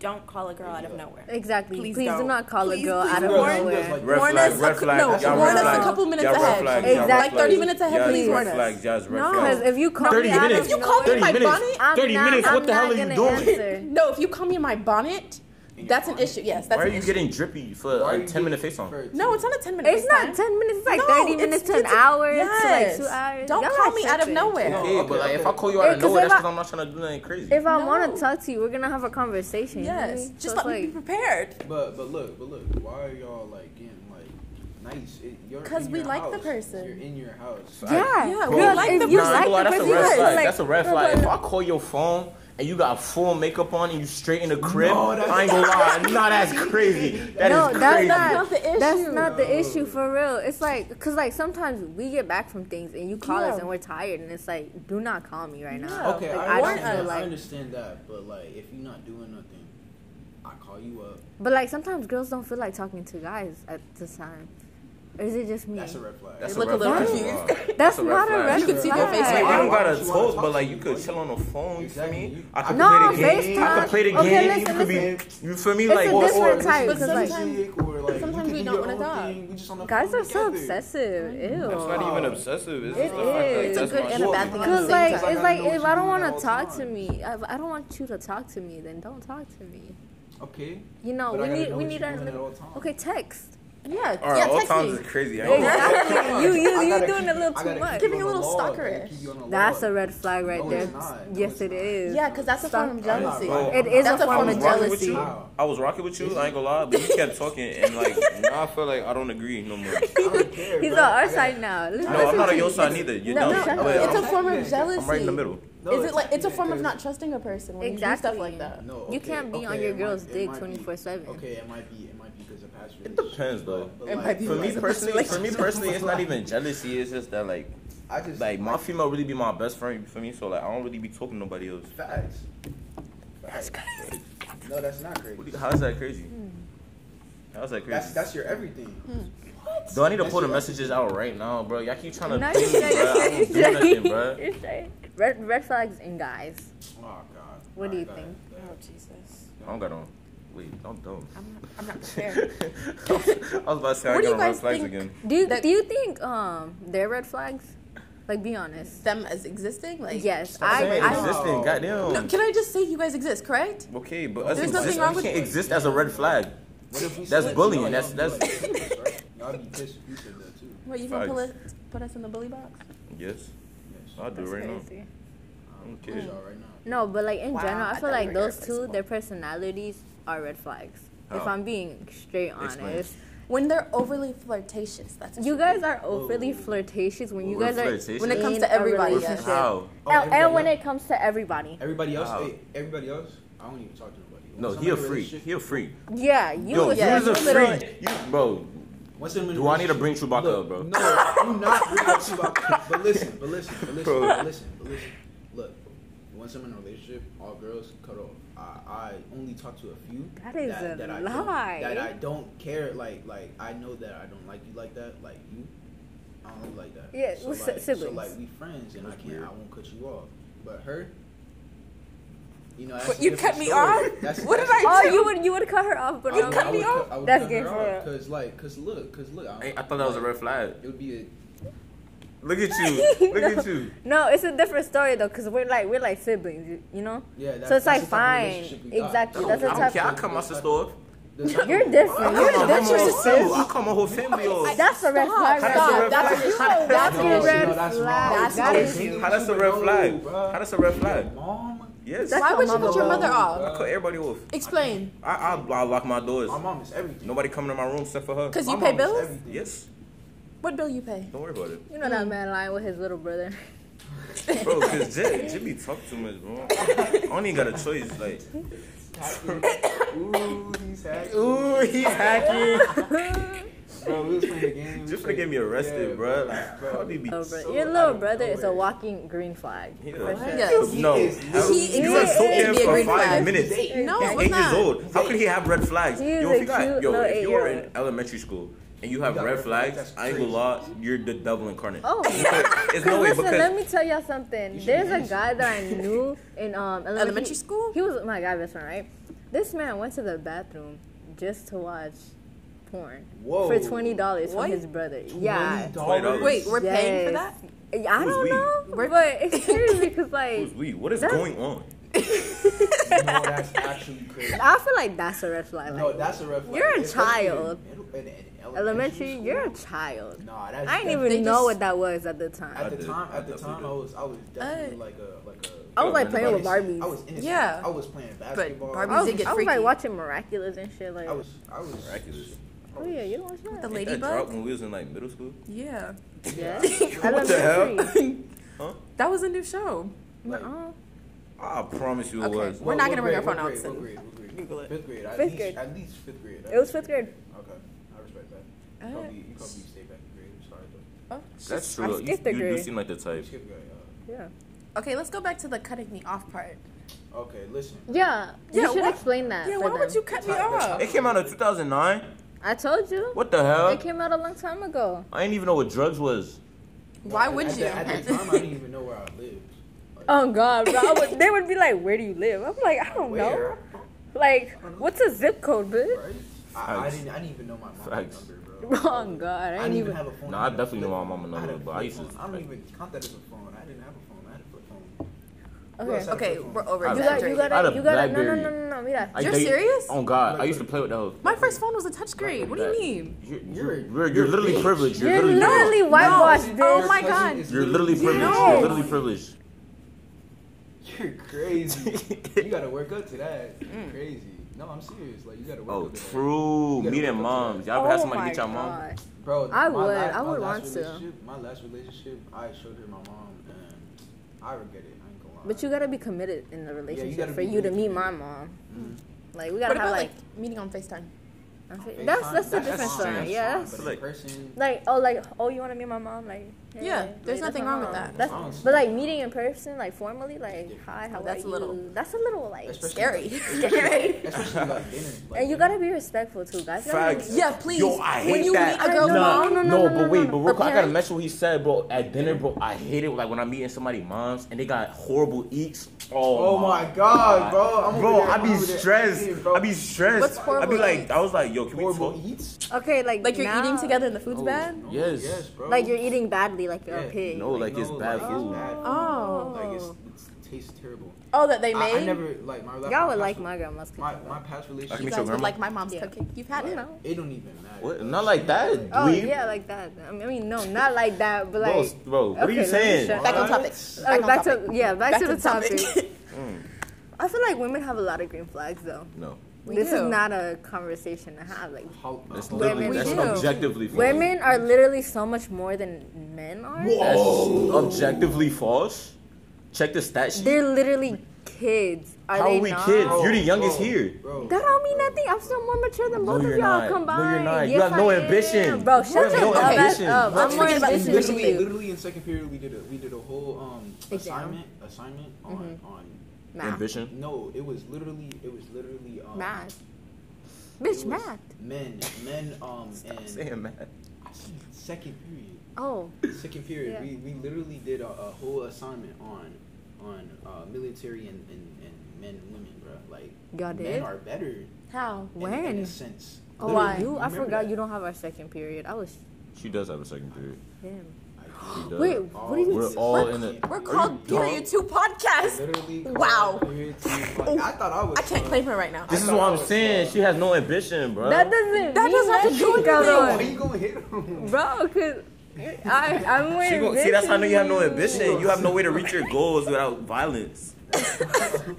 Speaker 2: Don't call a girl out of nowhere.
Speaker 1: Exactly.
Speaker 2: Please
Speaker 1: Please, do
Speaker 2: don't.
Speaker 1: not call
Speaker 2: Please,
Speaker 1: a girl
Speaker 2: please
Speaker 1: out of
Speaker 3: warn.
Speaker 1: nowhere.
Speaker 4: Red
Speaker 2: Warn
Speaker 4: flag,
Speaker 2: us a
Speaker 4: red
Speaker 2: cou-
Speaker 4: flag.
Speaker 2: no,
Speaker 4: y'all
Speaker 3: warn
Speaker 4: red
Speaker 3: us a
Speaker 4: flag.
Speaker 2: couple minutes
Speaker 4: y'all
Speaker 2: ahead.
Speaker 4: Red flag, y'all red
Speaker 1: Exactly. Like 30
Speaker 4: flag.
Speaker 2: minutes ahead,
Speaker 4: Y'all
Speaker 2: please
Speaker 4: red
Speaker 2: warn us.
Speaker 4: flag, y'all red
Speaker 1: No,
Speaker 4: flag.
Speaker 1: because if you call
Speaker 4: 30
Speaker 1: me out
Speaker 4: minutes.
Speaker 1: of
Speaker 4: You
Speaker 1: nowhere,
Speaker 4: called me 30
Speaker 2: my
Speaker 4: minutes.
Speaker 2: bonnet?
Speaker 1: I'm
Speaker 4: 30
Speaker 1: not,
Speaker 4: minutes, what
Speaker 1: I'm
Speaker 4: the hell
Speaker 1: not
Speaker 4: are you
Speaker 1: gonna
Speaker 4: doing?
Speaker 1: Answer.
Speaker 2: No, if you call me in my bonnet,
Speaker 3: In your
Speaker 2: that's an
Speaker 3: bonnet?
Speaker 2: issue. Yes, that's
Speaker 4: Why are
Speaker 2: an
Speaker 4: you
Speaker 2: issue.
Speaker 4: getting drippy for
Speaker 3: Why
Speaker 4: a
Speaker 3: you
Speaker 4: 10 minute
Speaker 3: getting
Speaker 4: face on?
Speaker 3: first?
Speaker 2: no, it's not a ten minute.
Speaker 1: It's not ten minutes. It's like
Speaker 2: No,
Speaker 1: thirty
Speaker 2: it's-
Speaker 1: minutes to an
Speaker 2: it's-
Speaker 1: hour
Speaker 2: Yes.
Speaker 1: to like two hours.
Speaker 2: Don't
Speaker 1: Y'all
Speaker 2: call
Speaker 1: are
Speaker 2: me out of
Speaker 1: tripping.
Speaker 2: nowhere.
Speaker 4: Okay,
Speaker 3: okay,
Speaker 4: but like if
Speaker 3: okay.
Speaker 4: I call you out
Speaker 1: Hey,
Speaker 4: of
Speaker 1: 'cause
Speaker 4: nowhere,
Speaker 1: if
Speaker 4: that's
Speaker 1: I-
Speaker 4: because I'm not trying to do nothing crazy.
Speaker 1: If I
Speaker 2: No.
Speaker 1: want to talk to you, we're gonna have a conversation. you know what I
Speaker 2: Yes,
Speaker 1: mean?
Speaker 2: just
Speaker 1: So it's
Speaker 2: let me be
Speaker 1: like-
Speaker 2: prepared.
Speaker 3: But but look, but look, why are y'all like getting like nice? It, you're
Speaker 2: 'Cause
Speaker 3: in
Speaker 2: we
Speaker 3: your
Speaker 2: like the
Speaker 3: house.
Speaker 2: person.
Speaker 3: You're in your house.
Speaker 4: Facts.
Speaker 1: Yeah,
Speaker 2: Yeah,
Speaker 1: because
Speaker 2: we like
Speaker 1: if
Speaker 2: the
Speaker 1: you
Speaker 2: person.
Speaker 1: like
Speaker 4: Nah,
Speaker 1: the
Speaker 4: I ain't
Speaker 1: person,
Speaker 4: gonna lie, that's a red
Speaker 1: it's
Speaker 4: flag.
Speaker 1: like-
Speaker 4: that's a red flag. If I call your phone and you got full makeup on and you straight in the crib,
Speaker 3: No, that's-
Speaker 4: I ain't gonna lie. Nah, that's crazy. That is
Speaker 1: no, that's
Speaker 4: crazy.
Speaker 1: not,
Speaker 2: That's not the issue.
Speaker 1: That's not the
Speaker 3: No.
Speaker 1: issue for real. It's like, cause like sometimes we get back from things and you call us
Speaker 2: Yeah.
Speaker 1: and we're tired and it's like, do not call me right now.
Speaker 2: Yeah.
Speaker 3: Okay,
Speaker 1: Like,
Speaker 3: I,
Speaker 1: I don't
Speaker 3: understand,
Speaker 1: feel
Speaker 3: I
Speaker 1: like-
Speaker 3: understand that, but like if you're not doing nothing, I call you up.
Speaker 1: But like sometimes girls don't feel like talking to guys at this time. Or is it just me?
Speaker 3: That's a red flag.
Speaker 4: That's
Speaker 2: They look a
Speaker 4: red
Speaker 2: little
Speaker 4: flag.
Speaker 2: confused.
Speaker 4: That's
Speaker 1: That's
Speaker 4: a red
Speaker 1: not a
Speaker 4: flag.
Speaker 1: red
Speaker 2: You can see their
Speaker 1: flag.
Speaker 2: face Why
Speaker 4: Like, I don't gotta
Speaker 3: would you wanna
Speaker 4: talk,
Speaker 3: talk
Speaker 4: but like
Speaker 3: to
Speaker 4: you
Speaker 3: me?
Speaker 4: could chill on the phone. You feel
Speaker 3: Exactly.
Speaker 4: me?
Speaker 3: You-
Speaker 4: I could
Speaker 1: No,
Speaker 4: play the game. I could
Speaker 1: FaceTime.
Speaker 4: play the game.
Speaker 1: Okay,
Speaker 4: you
Speaker 1: listen,
Speaker 4: could be.
Speaker 3: listen.
Speaker 4: You feel me?
Speaker 1: It's
Speaker 4: like
Speaker 1: a
Speaker 4: or-
Speaker 1: different
Speaker 4: or-
Speaker 1: type,
Speaker 2: But
Speaker 1: 'cause, like-
Speaker 3: Music or, like, you
Speaker 2: sometimes
Speaker 3: can
Speaker 2: we
Speaker 3: do
Speaker 2: don't
Speaker 3: your
Speaker 2: wanna
Speaker 3: own
Speaker 2: talk.
Speaker 3: thing, we just on the
Speaker 1: Guys
Speaker 3: phone
Speaker 1: are so
Speaker 3: together.
Speaker 1: obsessive. Ew.
Speaker 4: It's not even obsessive. It's
Speaker 1: It
Speaker 4: just the fact that
Speaker 1: is. It's a
Speaker 4: that's
Speaker 2: good
Speaker 4: my
Speaker 2: and a
Speaker 4: shit.
Speaker 2: bad thing. at the
Speaker 1: Cause
Speaker 2: same
Speaker 1: like
Speaker 2: time.
Speaker 1: it's
Speaker 3: I
Speaker 1: like
Speaker 3: know what
Speaker 1: if
Speaker 3: you
Speaker 1: I don't
Speaker 3: mean
Speaker 1: want
Speaker 3: all
Speaker 1: to
Speaker 3: the
Speaker 1: talk to
Speaker 3: time.
Speaker 1: me, if I don't want you to talk to me, then don't talk to me.
Speaker 3: Okay.
Speaker 1: You know,
Speaker 3: But I
Speaker 1: we
Speaker 3: gotta
Speaker 1: need
Speaker 3: know
Speaker 1: we
Speaker 3: what
Speaker 1: need
Speaker 3: you're doing at
Speaker 1: our
Speaker 3: all times.
Speaker 1: okay text.
Speaker 2: Yeah,
Speaker 4: All right,
Speaker 2: yeah,
Speaker 4: all
Speaker 2: text
Speaker 4: times
Speaker 2: me.
Speaker 4: is crazy. I ain't gonna lie.
Speaker 1: Exactly. you you
Speaker 3: I
Speaker 1: you
Speaker 3: gotta
Speaker 1: doing
Speaker 3: keep-
Speaker 1: a little
Speaker 3: I
Speaker 1: too
Speaker 3: gotta
Speaker 1: much.
Speaker 3: keep you
Speaker 2: Giving a
Speaker 3: on the
Speaker 2: little
Speaker 3: log, I
Speaker 2: stalkerish.
Speaker 3: gotta keep you on the
Speaker 1: That's
Speaker 3: log.
Speaker 1: a red flag right
Speaker 3: No,
Speaker 1: there.
Speaker 3: it's not. No,
Speaker 1: yes,
Speaker 3: it's
Speaker 1: it
Speaker 3: not.
Speaker 1: is.
Speaker 2: Yeah, because that's a form of
Speaker 1: Stop.
Speaker 3: I'm not
Speaker 2: jealousy.
Speaker 3: wrong.
Speaker 1: It is
Speaker 2: That's
Speaker 1: a
Speaker 2: a
Speaker 1: form
Speaker 2: form
Speaker 4: I
Speaker 1: of
Speaker 4: was rocking with
Speaker 1: jealousy.
Speaker 4: you. I was rocking with you. I ain't gonna lie, but you kept talking, and like now I feel like I don't agree no more.
Speaker 3: I don't care,
Speaker 1: He's
Speaker 3: bro.
Speaker 1: on
Speaker 3: I
Speaker 1: our
Speaker 3: gotta-
Speaker 1: side now. Listen,
Speaker 4: No, I'm not
Speaker 1: listen
Speaker 4: on your
Speaker 1: to
Speaker 4: side neither. You're
Speaker 1: No,
Speaker 4: dumb.
Speaker 1: shut up.
Speaker 4: But
Speaker 2: It's a
Speaker 4: I'm-
Speaker 2: form of jealousy.
Speaker 4: I'm right in the middle.
Speaker 3: No,
Speaker 2: is it like it's a
Speaker 3: yeah,
Speaker 2: form of
Speaker 3: it's-
Speaker 2: not trusting a person when you do
Speaker 1: Exactly.
Speaker 2: stuff like that?
Speaker 3: No,
Speaker 1: You
Speaker 3: okay,
Speaker 1: can't be on
Speaker 3: okay,
Speaker 1: your
Speaker 3: it
Speaker 1: girl's
Speaker 3: might- it
Speaker 1: dick
Speaker 3: might be-
Speaker 1: 24/7.
Speaker 3: Okay, it might be, it might be because of past It
Speaker 4: depends, though.
Speaker 2: It might be
Speaker 4: For me
Speaker 2: Like,
Speaker 4: personally, for me
Speaker 2: relationships.
Speaker 4: personally, it's not even jealousy. It's just that like,
Speaker 3: I just
Speaker 4: like my female really be my best friend for me. So like, I don't really be talking to nobody else.
Speaker 3: Facts. That's crazy. No, that's not
Speaker 4: What
Speaker 3: crazy.
Speaker 4: do you- How's that crazy? How's that
Speaker 3: That's
Speaker 4: crazy?
Speaker 3: that's your everything.
Speaker 1: Hmm.
Speaker 4: Do I need to
Speaker 3: that's
Speaker 4: pull the
Speaker 3: your-
Speaker 4: messages out right now, bro? Y'all keep trying to
Speaker 1: No,
Speaker 4: no,
Speaker 1: you're
Speaker 4: me,
Speaker 1: straight.
Speaker 4: bro.
Speaker 1: <laughs>
Speaker 4: I
Speaker 1: You're
Speaker 4: don't do nothing, bro.
Speaker 1: straight. You're straight. Red red flags in guys.
Speaker 3: Oh God.
Speaker 1: What do you
Speaker 3: Alright,
Speaker 1: think?
Speaker 3: that-
Speaker 2: Oh Jesus,
Speaker 4: I don't got on. Wait, I'm dumb. <laughs>
Speaker 2: I'm not, I'm not
Speaker 4: I <laughs>
Speaker 2: prepared.
Speaker 4: was about to say
Speaker 2: What
Speaker 4: I
Speaker 2: do you
Speaker 4: got on red
Speaker 2: guys
Speaker 4: flags
Speaker 2: think-
Speaker 4: again.
Speaker 1: Do you
Speaker 2: That-
Speaker 1: do you think um they're red flags? Like be honest.
Speaker 2: Them as existing, like
Speaker 1: Yes,
Speaker 3: stop
Speaker 1: I
Speaker 3: saying
Speaker 4: Saying
Speaker 1: I
Speaker 3: this.
Speaker 4: existing, goddamn.
Speaker 2: No, can I just say you guys exist, correct?
Speaker 4: Okay, but us
Speaker 2: There's nothing
Speaker 4: exist,
Speaker 2: wrong
Speaker 4: we
Speaker 2: with
Speaker 4: can't
Speaker 3: it.
Speaker 4: exist as a red flag.
Speaker 3: What if we
Speaker 4: That's
Speaker 3: split?
Speaker 4: bullying.
Speaker 3: Y'all-
Speaker 4: That's-
Speaker 3: y'all be
Speaker 4: that's-
Speaker 3: like sisters, right? Y'all be pissed if you said that too.
Speaker 2: What you gonna
Speaker 4: Facts.
Speaker 2: pull us, put us in the bully box?
Speaker 4: Yes,
Speaker 3: Yes.
Speaker 4: I'll do
Speaker 1: That's
Speaker 4: it right
Speaker 1: crazy.
Speaker 3: I'm
Speaker 4: Oh, Okay.
Speaker 3: pissed y'all right now.
Speaker 1: No, but like in
Speaker 2: Wow,
Speaker 1: general,
Speaker 2: I
Speaker 1: I
Speaker 2: thought
Speaker 1: feel like
Speaker 2: we were
Speaker 1: those two,
Speaker 2: irreplaceable.
Speaker 1: their personalities are red flags. If
Speaker 4: How?
Speaker 1: I'm being straight honest.
Speaker 4: Explain.
Speaker 2: When they're overly flirtatious, that's a
Speaker 1: You
Speaker 2: trigger.
Speaker 1: guys are overly
Speaker 3: Whoa.
Speaker 1: flirtatious when you
Speaker 4: We're
Speaker 1: guys are
Speaker 4: flirtatious?
Speaker 1: when it comes
Speaker 2: In
Speaker 1: to
Speaker 2: a
Speaker 1: everybody.
Speaker 2: relationship.
Speaker 1: Yes.
Speaker 4: How?
Speaker 3: Oh,
Speaker 1: And, and
Speaker 3: everybody
Speaker 1: when
Speaker 3: else-
Speaker 1: it comes to everybody.
Speaker 3: Everybody else,
Speaker 4: Wow.
Speaker 3: hey, everybody else, I don't even talk to nobody.
Speaker 4: No,
Speaker 3: Once
Speaker 4: he a
Speaker 3: I'm in
Speaker 4: freak.
Speaker 3: relationship-
Speaker 4: He a freak.
Speaker 1: Yeah, you
Speaker 4: Yo,
Speaker 1: yeah,
Speaker 4: you's a
Speaker 1: you little-
Speaker 4: freak.
Speaker 2: <laughs>
Speaker 4: You, bro,
Speaker 3: Once I'm in
Speaker 4: Do I need to bring
Speaker 3: relationship-
Speaker 4: Chewbacca
Speaker 3: Look,
Speaker 4: up, bro?
Speaker 3: No, do not bring up Chewbacca. But listen, but listen, but listen,
Speaker 4: Bro.
Speaker 3: but listen, but listen. Look, once I'm in a relationship, all girls cut off. I, I only talk to a few.
Speaker 1: That is a
Speaker 3: I
Speaker 1: lie.
Speaker 3: Don't, that I don't care. Like like I know that I don't like you like that. Like you, I don't like that.
Speaker 1: Yeah,
Speaker 3: so
Speaker 1: we're
Speaker 3: like,
Speaker 1: si-
Speaker 3: So
Speaker 1: siblings.
Speaker 3: like we friends, and I
Speaker 4: That's
Speaker 3: can't.
Speaker 4: weird.
Speaker 3: I won't cut you off. But her. You know, that's
Speaker 2: What,
Speaker 3: a
Speaker 2: you
Speaker 3: different
Speaker 2: cut me
Speaker 3: story.
Speaker 2: off?
Speaker 3: That's-
Speaker 2: What
Speaker 3: that's-
Speaker 2: did
Speaker 1: Oh, you would you would cut her off, but
Speaker 3: I
Speaker 1: no.
Speaker 3: would-
Speaker 2: cut
Speaker 3: I
Speaker 2: me
Speaker 3: would
Speaker 2: off?
Speaker 3: I would
Speaker 1: That's
Speaker 3: cut
Speaker 1: gay
Speaker 3: her
Speaker 1: for
Speaker 3: off, Cause like, cause look, cause look.
Speaker 4: I I thought that was a red flag.
Speaker 3: It would be a
Speaker 4: Look at you. Look at you.
Speaker 1: No, it's a different story though, cause we're like we're like siblings, you- you know.
Speaker 3: Yeah, that's-
Speaker 1: so it's
Speaker 3: that's
Speaker 1: like
Speaker 3: the type of
Speaker 1: fine,
Speaker 3: relationship we got.
Speaker 1: exactly. <laughs>
Speaker 4: I
Speaker 1: That's a
Speaker 4: don't, I don't
Speaker 1: type.
Speaker 4: care. I cut my sister off.
Speaker 1: You're different. You're
Speaker 4: I cut my mama
Speaker 1: different.
Speaker 4: off too. I cut my whole family off.
Speaker 1: That's a red flag.
Speaker 4: That's
Speaker 1: right
Speaker 4: a
Speaker 1: there.
Speaker 4: red
Speaker 2: That's-
Speaker 4: flag.
Speaker 2: you know, that's
Speaker 1: That's a red
Speaker 3: that's wrong.
Speaker 1: flag.
Speaker 2: That's
Speaker 1: That
Speaker 2: not
Speaker 1: is you.
Speaker 4: How that's a red flag?
Speaker 3: Bruh.
Speaker 4: How that's a red flag?
Speaker 3: Mom,
Speaker 4: Yes.
Speaker 1: That's
Speaker 4: I
Speaker 2: Why would you
Speaker 1: mama
Speaker 2: cut your
Speaker 1: alone.
Speaker 2: mother off?
Speaker 4: cut everybody off.
Speaker 2: Explain.
Speaker 4: I, I, I lock my doors.
Speaker 3: my mom is everything.
Speaker 4: Nobody coming to my room except for her.
Speaker 2: Cause
Speaker 3: My
Speaker 2: you
Speaker 3: mom
Speaker 2: pay
Speaker 3: is
Speaker 2: bills.
Speaker 3: everything.
Speaker 4: Yes.
Speaker 2: What bill you pay?
Speaker 4: Don't worry about it.
Speaker 1: You know that man lying with his little brother.
Speaker 4: Bro, cause Jib, Jib be talk too much, bro. I don't even got a choice. Like,
Speaker 3: Ooh, he's happy.
Speaker 4: ooh, he hacking.
Speaker 3: Bro, we was playing the game.
Speaker 4: Jib finna get me arrested, bro. Like, how do you be?
Speaker 1: Little Oh, bro-
Speaker 4: so
Speaker 1: Your
Speaker 4: out
Speaker 1: little
Speaker 4: of
Speaker 1: brother is a
Speaker 4: nowhere?
Speaker 1: walking green flag.
Speaker 4: Yeah.
Speaker 1: for sure.
Speaker 2: Yes.
Speaker 4: No,
Speaker 3: He is-
Speaker 4: How-
Speaker 2: He
Speaker 4: you were
Speaker 2: is-
Speaker 4: talking
Speaker 2: he is a
Speaker 4: for
Speaker 2: green
Speaker 4: five
Speaker 2: flag.
Speaker 4: minutes.
Speaker 2: No,
Speaker 4: He's
Speaker 2: it's
Speaker 4: eight years
Speaker 2: not.
Speaker 4: old. How could he have red flags?
Speaker 1: He is
Speaker 4: yo,
Speaker 1: a
Speaker 4: if you got,
Speaker 1: cute
Speaker 4: yo,
Speaker 1: little
Speaker 4: if you're in
Speaker 1: eight-year-old.
Speaker 4: elementary school and you have
Speaker 3: got
Speaker 4: red
Speaker 3: red flags,
Speaker 4: flags,
Speaker 3: that's
Speaker 4: I ain't gonna
Speaker 3: crazy.
Speaker 4: lie, you're the devil incarnate. <laughs>
Speaker 1: Oh. <laughs>
Speaker 4: it's no way
Speaker 1: Listen, let
Speaker 4: because
Speaker 1: me tell y'all something. There's a guy that I knew in um, elementary,
Speaker 2: Elementary school?
Speaker 1: He was my guy best friend, right? This man went to the bathroom just to watch porn
Speaker 3: Whoa.
Speaker 1: for twenty dollars from
Speaker 2: What?
Speaker 1: his brother. Yeah,
Speaker 4: $20.
Speaker 2: Wait, we're paying for that?
Speaker 1: Yes. I
Speaker 4: Who's
Speaker 1: don't
Speaker 4: we?
Speaker 1: know, but it's crazy because like
Speaker 2: <laughs>
Speaker 4: Who's we? What is
Speaker 1: That's-
Speaker 4: going on?
Speaker 3: No, that's actually crazy.
Speaker 1: <laughs> I feel like that's a red flag. Like
Speaker 3: No, that's a red flag.
Speaker 1: You're a
Speaker 3: Especially in
Speaker 1: child.
Speaker 3: middle- in- in
Speaker 1: elementary,
Speaker 3: school.
Speaker 1: you're a child.
Speaker 3: Nah, that's
Speaker 1: I didn't
Speaker 3: definitely-
Speaker 1: even
Speaker 2: They
Speaker 1: know
Speaker 2: just-
Speaker 1: what that was at the time.
Speaker 4: I
Speaker 3: At the
Speaker 4: did.
Speaker 3: time,
Speaker 4: I
Speaker 3: at the
Speaker 4: definitely
Speaker 3: time,
Speaker 4: did.
Speaker 3: I was, I
Speaker 2: Uh,
Speaker 3: was definitely like a, like a.
Speaker 2: oh,
Speaker 1: I was like
Speaker 4: Yo,
Speaker 1: playing with
Speaker 3: innocent.
Speaker 1: Barbies.
Speaker 3: I was innocent.
Speaker 2: Yeah.
Speaker 3: I was playing basketball.
Speaker 2: Barbies
Speaker 1: I was,
Speaker 2: did get
Speaker 1: I was like
Speaker 2: freaky.
Speaker 1: watching Miraculous and shit. Like,
Speaker 3: I was, I was.
Speaker 4: Miraculous.
Speaker 1: oh yeah, you don't watch that?
Speaker 2: The
Speaker 4: Ain't
Speaker 2: ladybug.
Speaker 4: that dropped when we was in like middle school?
Speaker 2: Yeah.
Speaker 1: Yeah.
Speaker 3: <laughs>
Speaker 4: What the hell?
Speaker 1: Elementary.
Speaker 2: That was a new show.
Speaker 3: Like,
Speaker 1: Uh-uh.
Speaker 4: I promise you it
Speaker 2: Okay.
Speaker 4: was.
Speaker 2: We're not gonna bring
Speaker 3: grade,
Speaker 2: our phone out
Speaker 3: what grade,
Speaker 2: soon.
Speaker 3: What grade? What grade?
Speaker 2: Google it.
Speaker 3: Fifth grade. At
Speaker 1: Fifth
Speaker 3: least,
Speaker 1: grade.
Speaker 3: At least fifth grade.
Speaker 1: It was fifth grade.
Speaker 3: Okay, I respect that. You
Speaker 2: Alright.
Speaker 3: probably, you probably stay back in grade. Sorry, though.
Speaker 4: That's
Speaker 1: I
Speaker 4: true. You,
Speaker 1: skipped a
Speaker 4: you do
Speaker 1: grade.
Speaker 4: seem like the type.
Speaker 3: Skip grade. Uh,
Speaker 1: Yeah.
Speaker 2: Okay, let's go back to the cutting me off part.
Speaker 3: okay, listen.
Speaker 1: Yeah. You
Speaker 2: Yeah,
Speaker 1: should
Speaker 2: why-
Speaker 1: explain that. for them.
Speaker 2: cut
Speaker 3: me off?
Speaker 4: It came out in 2009.
Speaker 1: I told you.
Speaker 4: What the hell?
Speaker 1: It came out a long time ago.
Speaker 4: I didn't even know what drugs was.
Speaker 2: Why
Speaker 3: At-
Speaker 2: would
Speaker 3: at
Speaker 2: you?
Speaker 3: The, at the time, I didn't even know where I
Speaker 2: <laughs>
Speaker 3: lived.
Speaker 1: Oh God, bro. I <laughs> would, they would be like, "Where do you live?" I'm like, "I don't know."
Speaker 3: Where?
Speaker 1: Like, what's a zip code, bitch?
Speaker 3: Right? I, I
Speaker 4: Facts.
Speaker 3: didn't. I didn't even know my mom's
Speaker 4: Facts.
Speaker 3: number, bro.
Speaker 1: <laughs>
Speaker 2: <laughs>
Speaker 1: Oh God, I
Speaker 3: I
Speaker 1: didn't
Speaker 3: didn't even
Speaker 1: even.
Speaker 3: have a phone.
Speaker 4: No,
Speaker 3: had
Speaker 4: I
Speaker 3: a
Speaker 4: definitely know
Speaker 3: flip
Speaker 4: my
Speaker 3: phone.
Speaker 4: mama
Speaker 3: I had
Speaker 4: number,
Speaker 3: a
Speaker 4: but I
Speaker 3: flip
Speaker 4: used to-
Speaker 3: phone. I don't even count that as a phone. I didn't have a phone. I had a flip phone.
Speaker 1: Okay.
Speaker 2: Okay, we're over
Speaker 4: I
Speaker 2: it.
Speaker 1: You got,
Speaker 4: got-
Speaker 1: you
Speaker 4: I had a
Speaker 1: gotta, you gotta. No, no,
Speaker 4: Blackberry.
Speaker 1: no, no, no. Mira.
Speaker 4: I
Speaker 2: You're
Speaker 4: think-
Speaker 2: serious?
Speaker 4: Oh God, I used to play with that hoe.
Speaker 2: My first phone was a touchscreen. What do you mean?
Speaker 4: You're,
Speaker 3: You're-
Speaker 4: you're, you're, literally
Speaker 3: you're
Speaker 4: privileged. You're,
Speaker 1: You're literally
Speaker 4: literally,
Speaker 1: whitewashed, bitch.
Speaker 2: Oh my God.
Speaker 4: privileged. You're literally privileged.
Speaker 2: No.
Speaker 4: You're literally
Speaker 3: <laughs>
Speaker 4: privileged.
Speaker 3: You're
Speaker 4: <laughs>
Speaker 3: crazy. you gotta work up to that. You're
Speaker 1: Mm.
Speaker 3: crazy. No, I'm serious. Like you gotta work
Speaker 4: Oh,
Speaker 3: up to that.
Speaker 4: true.
Speaker 3: You
Speaker 4: Me
Speaker 3: gotta
Speaker 4: and
Speaker 3: work
Speaker 4: moms. Y'all ever
Speaker 1: Oh
Speaker 4: had somebody
Speaker 1: my
Speaker 4: meet y'all mom?
Speaker 1: God.
Speaker 3: Bro,
Speaker 1: I
Speaker 3: my
Speaker 1: would.
Speaker 3: last-
Speaker 1: I would
Speaker 3: my
Speaker 1: want
Speaker 3: last
Speaker 1: to.
Speaker 3: relationship- My last relationship, I showed her my mom, and I regret it. I ain't gonna lie.
Speaker 1: But you gotta be committed in the
Speaker 3: you
Speaker 1: relationship
Speaker 3: gotta
Speaker 1: for
Speaker 3: be
Speaker 1: you to meet
Speaker 3: committed.
Speaker 1: my mom.
Speaker 3: Mm.
Speaker 1: Like, we gotta have
Speaker 2: What about
Speaker 1: like.
Speaker 2: like meeting on FaceTime?
Speaker 1: I'm saying-
Speaker 3: FaceTime,
Speaker 1: that's that's a
Speaker 3: that's
Speaker 1: different
Speaker 3: fine,
Speaker 1: story.
Speaker 4: that's
Speaker 1: Yeah.
Speaker 3: fine,
Speaker 1: that's-
Speaker 3: but in
Speaker 4: Like-
Speaker 3: person,
Speaker 1: Like oh like oh you want to meet my mom like hey,
Speaker 2: Yeah,
Speaker 1: like, that's
Speaker 2: there's nothing
Speaker 1: my
Speaker 2: wrong with
Speaker 1: mom.
Speaker 2: that.
Speaker 1: That's, but like meeting in person like formally like hi how
Speaker 2: That's
Speaker 1: are
Speaker 2: a little-
Speaker 1: you? That's a little like
Speaker 3: Especially-
Speaker 2: Scary. <laughs>
Speaker 1: <laughs> scary.
Speaker 3: especially like dinner. Like,
Speaker 1: and you gotta be respectful too, guys. Gotta be-
Speaker 4: Facts.
Speaker 2: Yeah, please.
Speaker 4: Yo, I hate
Speaker 2: when you
Speaker 4: that.
Speaker 2: meet a girl,
Speaker 1: No.
Speaker 2: mom,
Speaker 1: no, no, no,
Speaker 4: but wait,
Speaker 1: no.
Speaker 4: but real quick, I gotta
Speaker 2: Preparing-
Speaker 4: mention what he said, bro. At dinner, bro, I hate it. Like when I'm meeting somebody moms and they got horrible eats. Oh,
Speaker 3: Oh my God, bro! I'm
Speaker 4: Bro,
Speaker 3: over there-
Speaker 4: I be
Speaker 3: I'm over there
Speaker 4: stressed.
Speaker 3: eating, bro.
Speaker 4: I be
Speaker 2: What's
Speaker 4: stressed. I
Speaker 2: horrible
Speaker 4: be like,
Speaker 2: eats?
Speaker 4: I was like, yo, can we
Speaker 3: horrible
Speaker 4: talk?
Speaker 3: eats.
Speaker 1: Okay, like
Speaker 2: like you're
Speaker 1: now-
Speaker 2: eating together and the
Speaker 3: Oh.
Speaker 2: food's bad.
Speaker 3: No,
Speaker 4: Yes.
Speaker 3: bro.
Speaker 1: Like you're eating badly, like you're a
Speaker 3: Yeah.
Speaker 1: pig.
Speaker 4: No, like it's
Speaker 3: no,
Speaker 4: bad
Speaker 3: like,
Speaker 4: food.
Speaker 3: It's bad food.
Speaker 2: Oh.
Speaker 3: Like it's, it's, it tastes terrible.
Speaker 2: Oh, that they made.
Speaker 3: I, I never like my.
Speaker 1: Y'all would
Speaker 3: past
Speaker 1: like
Speaker 3: re-
Speaker 1: my grandma's cooking.
Speaker 3: My,
Speaker 1: though.
Speaker 3: my past
Speaker 4: Like,
Speaker 2: you
Speaker 4: meet
Speaker 2: guys
Speaker 3: relationship.
Speaker 4: your
Speaker 2: would
Speaker 4: grandma?
Speaker 2: like my mom's
Speaker 1: Yeah.
Speaker 2: cooking. You've had
Speaker 1: you
Speaker 2: it.
Speaker 1: know.
Speaker 3: It don't even matter.
Speaker 4: What? Not like that.
Speaker 1: Oh
Speaker 4: dweeb.
Speaker 1: yeah, like that. I mean, I mean, no, not like that, but like.
Speaker 4: Bro, bro, what are you
Speaker 1: Okay, let me
Speaker 4: saying?
Speaker 1: shut-
Speaker 2: Back on
Speaker 3: What?
Speaker 2: topic.
Speaker 1: Uh,
Speaker 2: Oh, Back
Speaker 1: Back,
Speaker 2: on
Speaker 1: to yeah, back,
Speaker 2: Back
Speaker 1: to the topic.
Speaker 2: topic.
Speaker 1: I feel like women have a lot of green flags though.
Speaker 4: No.
Speaker 2: We
Speaker 1: this
Speaker 2: do.
Speaker 1: is not a conversation to have. Like,
Speaker 3: How,
Speaker 4: That's
Speaker 3: how-
Speaker 4: literally
Speaker 1: We
Speaker 4: that's
Speaker 1: do.
Speaker 4: objectively false.
Speaker 1: women are literally so much more than men are.
Speaker 4: That's objectively false. Check the stat sheet.
Speaker 1: They're literally kids. Are
Speaker 4: How
Speaker 1: they
Speaker 4: are we
Speaker 1: not?
Speaker 4: kids?
Speaker 3: Bro,
Speaker 4: You're the youngest
Speaker 3: bro,
Speaker 4: here.
Speaker 3: Bro,
Speaker 1: That don't mean nothing. I'm still more mature than
Speaker 4: No,
Speaker 1: both
Speaker 4: you're
Speaker 1: of y'all
Speaker 4: not. No, you're
Speaker 1: combined.
Speaker 4: not. You
Speaker 1: Yes,
Speaker 4: have no
Speaker 1: I am.
Speaker 4: ambition.
Speaker 1: bro.
Speaker 4: You
Speaker 1: Shut
Speaker 4: have
Speaker 1: your
Speaker 4: no
Speaker 1: no ass
Speaker 4: ambition.
Speaker 1: up.
Speaker 4: Bro,
Speaker 1: I'm more
Speaker 2: forget about
Speaker 1: ambitious than
Speaker 3: literally,
Speaker 1: you.
Speaker 3: literally in second period we did a we did a whole um
Speaker 1: Exam.
Speaker 3: assignment assignment on
Speaker 1: Mm-hmm.
Speaker 3: on
Speaker 1: Math.
Speaker 4: Ambition.
Speaker 3: no it was literally it was literally um
Speaker 1: Math.
Speaker 3: it
Speaker 1: Bitch,
Speaker 3: was
Speaker 1: math.
Speaker 3: men men um and
Speaker 4: Saying man.
Speaker 3: I said second period
Speaker 1: Oh,
Speaker 3: second period
Speaker 1: Yeah.
Speaker 3: we, we literally did a, a whole assignment on on uh, military and, and and men and women bro like
Speaker 1: Y'all
Speaker 3: men
Speaker 1: did?
Speaker 3: are better
Speaker 2: <laughs> How?
Speaker 3: in, in
Speaker 1: When?
Speaker 3: a sense
Speaker 1: oh,
Speaker 3: Literally,
Speaker 1: you? I
Speaker 3: remember
Speaker 1: forgot
Speaker 3: that?
Speaker 1: you don't have our second period. I was
Speaker 4: She does have a second period.
Speaker 1: damn.
Speaker 3: I
Speaker 5: He does.
Speaker 1: Wait, what do you?
Speaker 5: we're all in it.
Speaker 2: We're
Speaker 5: Are you
Speaker 2: called Period
Speaker 5: dumb?
Speaker 2: Two Podcast.
Speaker 3: Literally. called
Speaker 2: Wow.
Speaker 3: Period
Speaker 1: <laughs>
Speaker 3: Two Podcast. I thought I was.
Speaker 2: I can't
Speaker 3: fun.
Speaker 2: claim her right now.
Speaker 4: This is what I'm saying. She has no ambition, bro.
Speaker 1: that doesn't.
Speaker 2: That
Speaker 1: mean
Speaker 2: doesn't have to do
Speaker 1: she got
Speaker 2: anything.
Speaker 3: Why you gonna hit him?
Speaker 1: <laughs> on. bro. Cause I, I'm with.
Speaker 4: She gon- see, that's how I know you have no ambition.
Speaker 3: Ambition.
Speaker 4: You have no way to reach your goals without violence.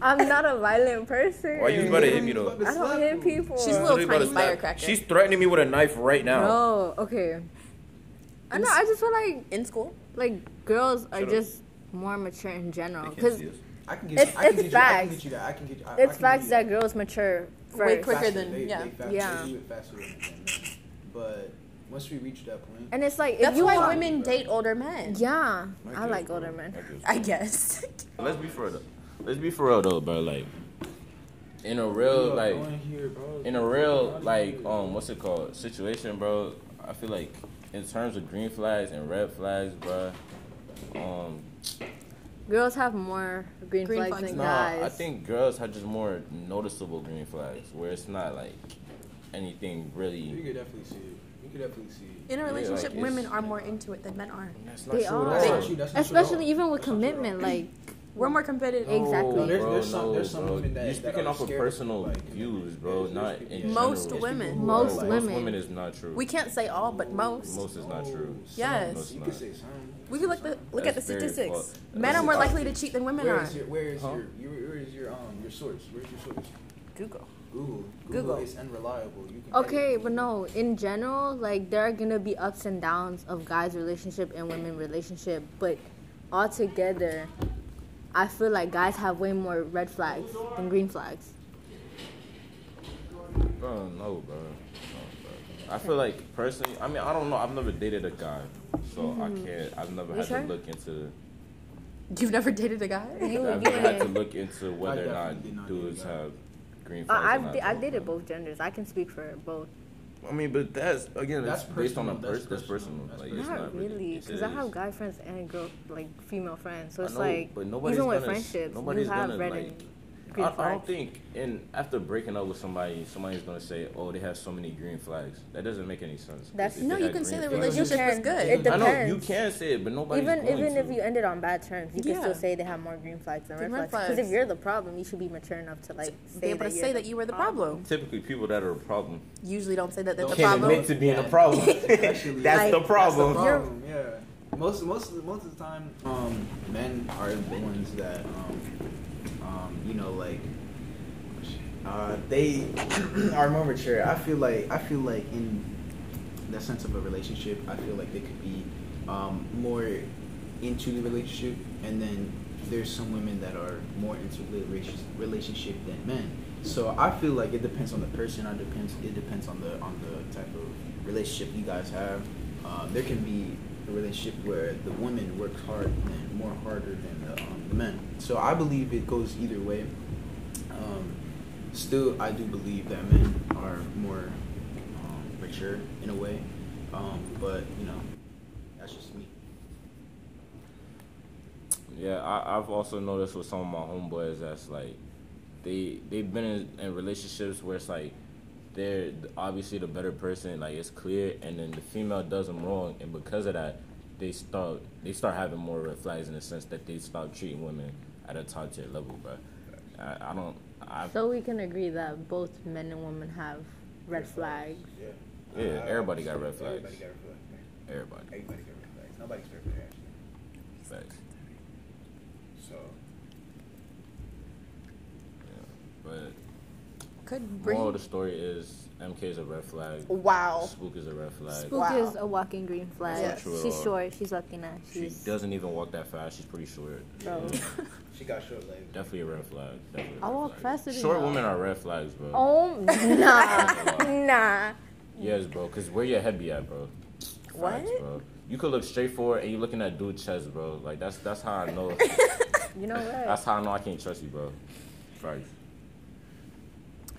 Speaker 1: I'm not a violent person.
Speaker 4: Why you better hit me though?
Speaker 1: I don't hit people.
Speaker 2: She's a little
Speaker 4: Literally about to
Speaker 2: tiny
Speaker 4: slap-
Speaker 2: firecracker.
Speaker 4: She's threatening me with a knife right now.
Speaker 1: No, okay. I know. I just feel like
Speaker 2: in school.
Speaker 1: like girls are
Speaker 4: Shut up.
Speaker 1: just more mature in general.
Speaker 4: They can't
Speaker 1: Cause
Speaker 4: see us.
Speaker 3: I can get.
Speaker 1: It's-
Speaker 3: I can
Speaker 1: it's
Speaker 3: get you. I can
Speaker 1: facts.
Speaker 3: get you that. I can get you. I- I
Speaker 1: it's
Speaker 3: can
Speaker 1: facts
Speaker 3: get you
Speaker 1: that girls mature first.
Speaker 2: Way quicker.
Speaker 3: Faster.
Speaker 2: than-
Speaker 3: They-
Speaker 2: yeah.
Speaker 3: they faster-
Speaker 1: Yeah.
Speaker 3: they do it faster than men. But once we reach that point,
Speaker 1: And it's like if
Speaker 2: That's
Speaker 1: you
Speaker 2: why
Speaker 1: want,
Speaker 2: women date older men.
Speaker 1: yeah,
Speaker 4: My
Speaker 1: I
Speaker 4: kids,
Speaker 1: like
Speaker 4: bro.
Speaker 1: older men.
Speaker 4: My kids.
Speaker 2: I guess. <laughs>
Speaker 4: Let's be for real. Though. Let's be for real though, bro. Like in a real like in a real like um what's it called situation, bro. I feel like in terms of green flags and red flags, bro. Um,
Speaker 1: Girls have more green,
Speaker 2: Green
Speaker 1: flags
Speaker 2: flags.
Speaker 1: than
Speaker 4: no,
Speaker 1: guys.
Speaker 4: I think girls have just more noticeable green flags where it's not like anything
Speaker 3: You
Speaker 4: really.
Speaker 3: could definitely see it. You could definitely see it.
Speaker 2: In a
Speaker 4: Yeah,
Speaker 2: relationship,
Speaker 4: like,
Speaker 2: women
Speaker 4: it's- Mm.
Speaker 2: are more into it than men are.
Speaker 4: That's
Speaker 1: they are,
Speaker 3: That's not true, that's not true at
Speaker 1: especially
Speaker 3: all.
Speaker 1: even with
Speaker 3: That's not true at
Speaker 1: commitment.
Speaker 3: all.
Speaker 1: Like
Speaker 2: We're more competitive.
Speaker 1: No. Exactly.
Speaker 4: No,
Speaker 3: There's-
Speaker 4: bro,
Speaker 3: there's some-
Speaker 4: no,
Speaker 3: there's some
Speaker 4: bro.
Speaker 3: women that-
Speaker 4: You're
Speaker 3: that
Speaker 4: speaking
Speaker 3: are
Speaker 4: off of
Speaker 3: scared of,
Speaker 4: personal
Speaker 3: like,
Speaker 4: views,
Speaker 3: there's-
Speaker 4: bro.
Speaker 3: there's
Speaker 4: Not
Speaker 3: people-
Speaker 4: in
Speaker 2: Most
Speaker 4: general.
Speaker 2: women.
Speaker 4: There's people who
Speaker 1: Most
Speaker 4: are, like-
Speaker 1: women.
Speaker 4: Most women is not true.
Speaker 2: We can't say all, but most.
Speaker 4: Mm. Most is not true.
Speaker 3: Oh,
Speaker 2: Yes.
Speaker 4: Most is
Speaker 3: You
Speaker 4: not.
Speaker 3: could say something.
Speaker 2: We can look the look at the
Speaker 4: That's very
Speaker 2: statistics.
Speaker 4: false.
Speaker 2: Men are
Speaker 4: That's
Speaker 2: more
Speaker 4: false.
Speaker 2: likely to cheat than women
Speaker 3: Where
Speaker 2: are.
Speaker 3: is your where is
Speaker 4: Huh?
Speaker 3: your, your where is your um your source? Where's your source?
Speaker 2: Google.
Speaker 3: Google.
Speaker 2: Google.
Speaker 3: is unreliable. You can
Speaker 1: okay, but no, in general, like there are gonna be ups and downs of guys' relationship and women relationship, but altogether, I feel like guys have way more red flags than green flags.
Speaker 4: Bro, no, bro. No, bro. I feel like personally, I mean, I don't know. I've never dated a guy, so I can't. I've never
Speaker 1: Mm-hmm. You
Speaker 4: had
Speaker 1: sure?
Speaker 4: to look into.
Speaker 2: You've never dated a guy?
Speaker 1: You,
Speaker 4: I've
Speaker 1: you
Speaker 4: never had to look into whether or
Speaker 3: definitely did
Speaker 4: not
Speaker 3: not
Speaker 4: dudes
Speaker 3: date a guy.
Speaker 4: have green flags.
Speaker 1: I,
Speaker 4: or
Speaker 1: Uh, I've
Speaker 4: not,
Speaker 1: d- I
Speaker 4: bro.
Speaker 1: dated both genders. I can speak for both.
Speaker 4: I mean, but that's again,
Speaker 3: That's
Speaker 4: that's, based on a
Speaker 3: personal, that's
Speaker 4: person. That's
Speaker 3: personal,
Speaker 4: personal.
Speaker 3: that's
Speaker 4: Like, it's
Speaker 3: personal.
Speaker 4: not
Speaker 1: Not really,
Speaker 4: it's-
Speaker 1: because
Speaker 4: it
Speaker 1: I have
Speaker 4: is.
Speaker 1: guy friends and girl like female friends. So
Speaker 4: I
Speaker 1: it's
Speaker 4: know,
Speaker 1: like
Speaker 4: but nobody's
Speaker 1: even with
Speaker 4: gonna-
Speaker 1: friendships, you
Speaker 4: nobody's
Speaker 1: have
Speaker 4: gonna,
Speaker 1: red
Speaker 4: like-
Speaker 1: and
Speaker 4: I,
Speaker 1: green
Speaker 4: I don't
Speaker 1: flags.
Speaker 4: think, and after breaking up with somebody, somebody's gonna say, "Oh, they have so many green flags." That doesn't make any sense. 'cause
Speaker 1: That's-
Speaker 4: if
Speaker 2: No,
Speaker 4: they
Speaker 2: you
Speaker 4: had
Speaker 2: can
Speaker 4: green
Speaker 2: say the
Speaker 4: flags-
Speaker 2: relationship
Speaker 1: You can.
Speaker 2: was good.
Speaker 1: It
Speaker 4: I know you
Speaker 1: depends.
Speaker 4: can say it, but nobody's
Speaker 1: Even
Speaker 4: going
Speaker 1: even
Speaker 4: to.
Speaker 1: if you ended on bad terms, you can
Speaker 2: Yeah.
Speaker 1: still say they have more green flags than red
Speaker 2: Than red
Speaker 1: flags. Because if
Speaker 2: flags.
Speaker 1: you're the problem, you should be mature enough to like say
Speaker 2: Be able to
Speaker 1: that you're
Speaker 2: say that you were the problem.
Speaker 4: typically people that are a problem.
Speaker 2: <laughs> Usually don't say that they're the
Speaker 3: Can't
Speaker 2: problem.
Speaker 3: admit to being a problem. <laughs> Actually,
Speaker 1: That's the
Speaker 3: That's the problem, yeah. Most most of the- most of the time, um, men are the ones that um, um, you know, like uh, they <clears throat> are more mature. I feel like I feel like in the sense of a relationship, I feel like they could be um, more into the relationship, and then there's some women that are more into the rela- relationship than men. So I feel like it depends on the person. It depends. It depends on the on the type of relationship you guys have. Uh, there can be a relationship where the woman works hard and more harder than the, um, the men. So I believe it goes either way. Um, still, I do believe that men are more um, mature in a way, um, but you know, that's just me.
Speaker 4: Yeah, I, I've also noticed with some of my homeboys that's like, they they've been in, in relationships where it's like, they're obviously the better person. Like it's clear, and then the female does them wrong, and because of that, they start they start having more red flags in the sense that they start treating women at a top tier level, bro. I, I don't. I
Speaker 1: So we can agree that both men and women have red flags.
Speaker 4: Yeah, everybody got red flags. Everybody got
Speaker 3: Uh, red flags.
Speaker 4: everybody.
Speaker 3: Everybody got red flags. Nobody's perfect actually.
Speaker 4: Facts.
Speaker 3: So
Speaker 4: But
Speaker 2: Could
Speaker 4: moral of
Speaker 2: bring. Oh,
Speaker 4: the story is MK is a red flag. <laughs>
Speaker 2: Wow.
Speaker 4: Spook is a red flag.
Speaker 1: Spook
Speaker 2: Wow.
Speaker 1: is a walking green flag.
Speaker 2: That's
Speaker 4: not true at
Speaker 1: She's
Speaker 4: all.
Speaker 1: short. She's Latina.
Speaker 4: She
Speaker 1: She's
Speaker 4: doesn't even walk that fast. She's pretty short.
Speaker 1: bro.
Speaker 3: she got short legs.
Speaker 4: Definitely a red flag. Definitely a
Speaker 1: I
Speaker 4: red
Speaker 1: walk
Speaker 4: flag.
Speaker 1: faster than
Speaker 4: Short
Speaker 1: y'all.
Speaker 4: women are red flags, bro.
Speaker 1: <laughs> Oh nah nah.
Speaker 4: Yes, bro. Cause where your head be at, bro?
Speaker 2: What?
Speaker 4: bro. You could look straight forward and you looking at dude chest, bro. Like that's that's how
Speaker 1: <laughs>
Speaker 4: I know.
Speaker 1: You know
Speaker 4: that's
Speaker 1: what?
Speaker 4: how I know I can't trust you, bro. Facts.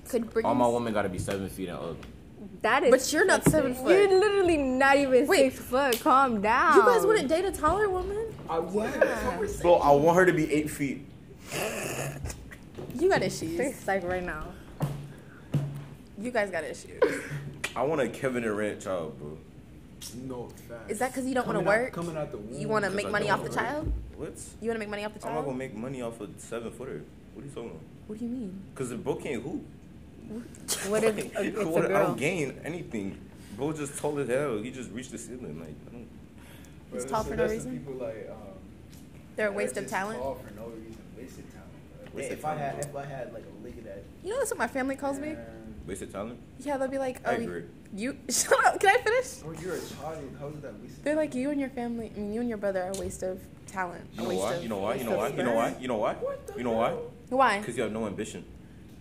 Speaker 2: Could bring.
Speaker 4: All my women gotta be seven feet and up.
Speaker 1: That is.
Speaker 2: But you're not seven foot.
Speaker 1: You're literally not even
Speaker 2: Wait.
Speaker 1: six foot. Calm down.
Speaker 2: You guys wouldn't date a taller woman?
Speaker 3: I what?
Speaker 4: So I want her to be eight feet.
Speaker 2: You got issues.
Speaker 1: It's like right now.
Speaker 2: You guys got issues.
Speaker 4: I want a Kevin Durant child, bro.
Speaker 3: No facts.
Speaker 2: Is that because you don't want to
Speaker 3: Coming out-
Speaker 2: work?
Speaker 3: Coming out the womb.
Speaker 2: you want to
Speaker 4: 'cause
Speaker 2: make
Speaker 4: I
Speaker 2: money
Speaker 4: don't
Speaker 2: off the
Speaker 4: wanna work.
Speaker 2: child?
Speaker 4: What?
Speaker 2: You want to make money off the
Speaker 4: I'm not gonna
Speaker 2: child?
Speaker 4: make money off a seven footer. What are you talking about?
Speaker 2: What do you mean?
Speaker 4: Cause the bro can't hoop.
Speaker 1: What if
Speaker 4: <laughs>
Speaker 1: a, it's a
Speaker 4: What- I
Speaker 1: girl?
Speaker 4: don't gain anything. Bro just tall as hell. He just reached the ceiling. Like I don't.
Speaker 3: Bro,
Speaker 2: It's
Speaker 3: that's-
Speaker 2: tall for no
Speaker 3: that's the
Speaker 2: reason?
Speaker 3: People like um,
Speaker 2: They're a
Speaker 3: that
Speaker 2: waste
Speaker 3: are
Speaker 2: of
Speaker 3: just
Speaker 2: talent.
Speaker 3: Tall for no reason. Wasted talent. Bro.
Speaker 4: Wasted
Speaker 3: If I had,
Speaker 4: talent,
Speaker 3: if I had like a league of that.
Speaker 2: You know that's what my family calls me.
Speaker 3: Man,
Speaker 4: Wasted talent.
Speaker 2: Yeah, they'll be like,
Speaker 4: I
Speaker 2: "Oh,
Speaker 4: agree.
Speaker 2: you <laughs> shut up. Can I finish?"
Speaker 3: Bro, oh, you're a child. How is that wasted?
Speaker 2: They're like, "You and your family, I mean, you and your brother are a waste of talent.
Speaker 4: You
Speaker 2: a
Speaker 4: know
Speaker 2: waste
Speaker 4: why?
Speaker 2: of
Speaker 4: You know why? You know why?
Speaker 2: waste
Speaker 4: You
Speaker 2: of
Speaker 4: know why?
Speaker 2: sperm."
Speaker 4: You know why? You know why?
Speaker 2: Why?
Speaker 4: Because you have no ambition.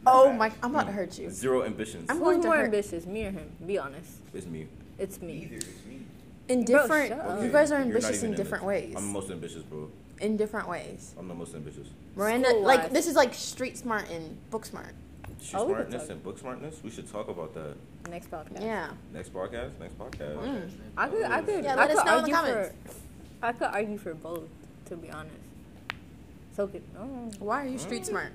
Speaker 2: Oh my! I'm about to hurt you.
Speaker 4: Zero ambition.
Speaker 2: I'm
Speaker 1: Who's
Speaker 2: going to
Speaker 1: more
Speaker 2: hurt.
Speaker 1: ambitious, me or him? Be honest.
Speaker 4: It's me.
Speaker 1: It's me.
Speaker 3: Either it's me.
Speaker 2: in
Speaker 1: Bro,
Speaker 2: different.
Speaker 1: shut up.
Speaker 2: you guys are
Speaker 4: You're not
Speaker 2: ambitious
Speaker 4: even
Speaker 2: in different
Speaker 4: it.
Speaker 2: ways.
Speaker 4: I'm the most ambitious, bro.
Speaker 2: in different ways.
Speaker 4: I'm the most ambitious.
Speaker 1: Miranda,
Speaker 2: School-wise.
Speaker 1: like
Speaker 2: like this is like street smart and book smart.
Speaker 4: Street
Speaker 1: Oh, we could
Speaker 4: smartness
Speaker 1: talk.
Speaker 4: and book smartness. We should talk about that
Speaker 1: next podcast.
Speaker 2: Yeah.
Speaker 4: next podcast. Next podcast.
Speaker 2: Mm.
Speaker 1: I could, I could,
Speaker 2: Yeah,
Speaker 1: I
Speaker 2: let us
Speaker 1: could
Speaker 2: know in the
Speaker 1: argue
Speaker 2: comments.
Speaker 1: For, I could argue for both, to be honest. So could, oh,
Speaker 2: Why are you street
Speaker 4: Mm.
Speaker 2: smart?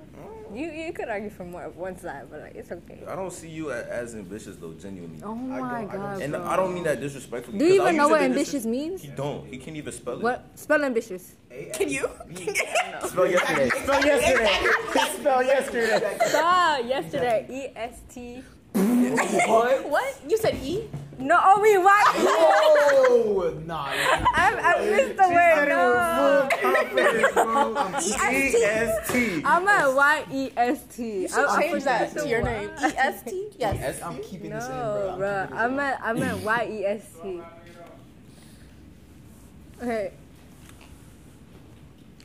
Speaker 1: you you could argue for more of one side, but like, it's okay.
Speaker 4: I don't see you a- as ambitious though, genuinely.
Speaker 1: Oh
Speaker 3: I
Speaker 1: my
Speaker 3: don't- I don't
Speaker 1: god.
Speaker 3: see
Speaker 4: And
Speaker 1: bro.
Speaker 4: I don't mean that disrespectfully.
Speaker 1: Do you
Speaker 4: 'cause I
Speaker 1: even know
Speaker 4: usually
Speaker 1: what
Speaker 4: think
Speaker 1: ambitious
Speaker 4: disres-
Speaker 1: means?
Speaker 4: He don't. He can't even spell it.
Speaker 1: What spell ambitious?
Speaker 2: Can you?
Speaker 4: Spell yesterday. Spell yesterday. spell yesterday.
Speaker 1: Saw yesterday. E S T.
Speaker 2: What? what? You said E?
Speaker 1: No, oh wait, why?
Speaker 3: Oh, nah.
Speaker 1: <laughs> I, I missed the word. No. <laughs>
Speaker 4: E S T.
Speaker 1: I'm at Y E S T.
Speaker 2: You should change that to your name. E S T? Yes.
Speaker 3: I'm keeping this in, bro.
Speaker 1: No,
Speaker 3: I'm
Speaker 1: bro.
Speaker 3: keeping this
Speaker 1: I'm
Speaker 3: in.
Speaker 1: at I'm at Y E S T. Okay.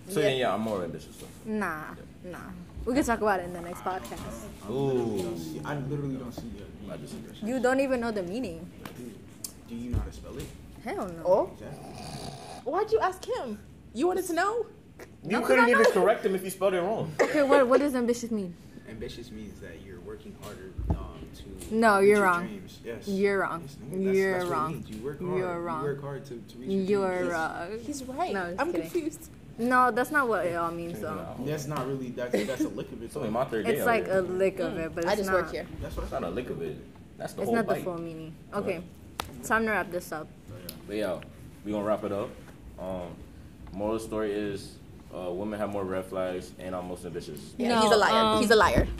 Speaker 4: So yeah, yeah, I'm more ambitious though.
Speaker 1: Nah, nah. We can talk about it in the next podcast.
Speaker 4: Ooh.
Speaker 3: See, I literally don't see
Speaker 4: I
Speaker 3: that.
Speaker 4: disagree.
Speaker 1: You don't even know the meaning.
Speaker 3: Dude, do you know how to spell it?
Speaker 1: Hell no.
Speaker 2: Oh,
Speaker 3: Exactly.
Speaker 2: why'd you ask him? You wanted to know?
Speaker 4: You couldn't even correct him if you spelled it wrong.
Speaker 1: Okay, what what does ambitious mean?
Speaker 3: Ambitious means that you're working harder um, to.
Speaker 1: No,
Speaker 3: reach
Speaker 1: you're
Speaker 3: your
Speaker 1: wrong.
Speaker 3: Dreams. Yes.
Speaker 1: You're wrong.
Speaker 3: Yes, nigga, that's-
Speaker 1: You're
Speaker 3: that's what it
Speaker 1: wrong.
Speaker 3: means. You work hard.
Speaker 1: You're wrong.
Speaker 3: You work hard to, to reach your
Speaker 1: You're
Speaker 3: dreams.
Speaker 1: uh,
Speaker 2: He's right.
Speaker 1: No, just
Speaker 2: I'm
Speaker 1: kidding.
Speaker 2: confused.
Speaker 1: no, that's not what it all means though.
Speaker 3: That's not really. That's that's a lick of it.
Speaker 4: It's only my third day.
Speaker 1: It's
Speaker 4: out
Speaker 1: like
Speaker 4: here.
Speaker 1: a lick of it, but it's
Speaker 2: I just
Speaker 1: not,
Speaker 2: work here.
Speaker 3: That's what I
Speaker 4: It's not a lick of it. That's the
Speaker 1: It's
Speaker 4: whole
Speaker 1: not the
Speaker 4: bite.
Speaker 1: full meaning. Okay, time to wrap this up.
Speaker 3: Oh,
Speaker 4: But yeah, we gonna wrap it up. Um, moral of the story is, uh, women have more red flags, and I'm most ambitious.
Speaker 2: Yeah,
Speaker 1: No,
Speaker 2: he's a liar.
Speaker 1: um,
Speaker 2: he's a liar.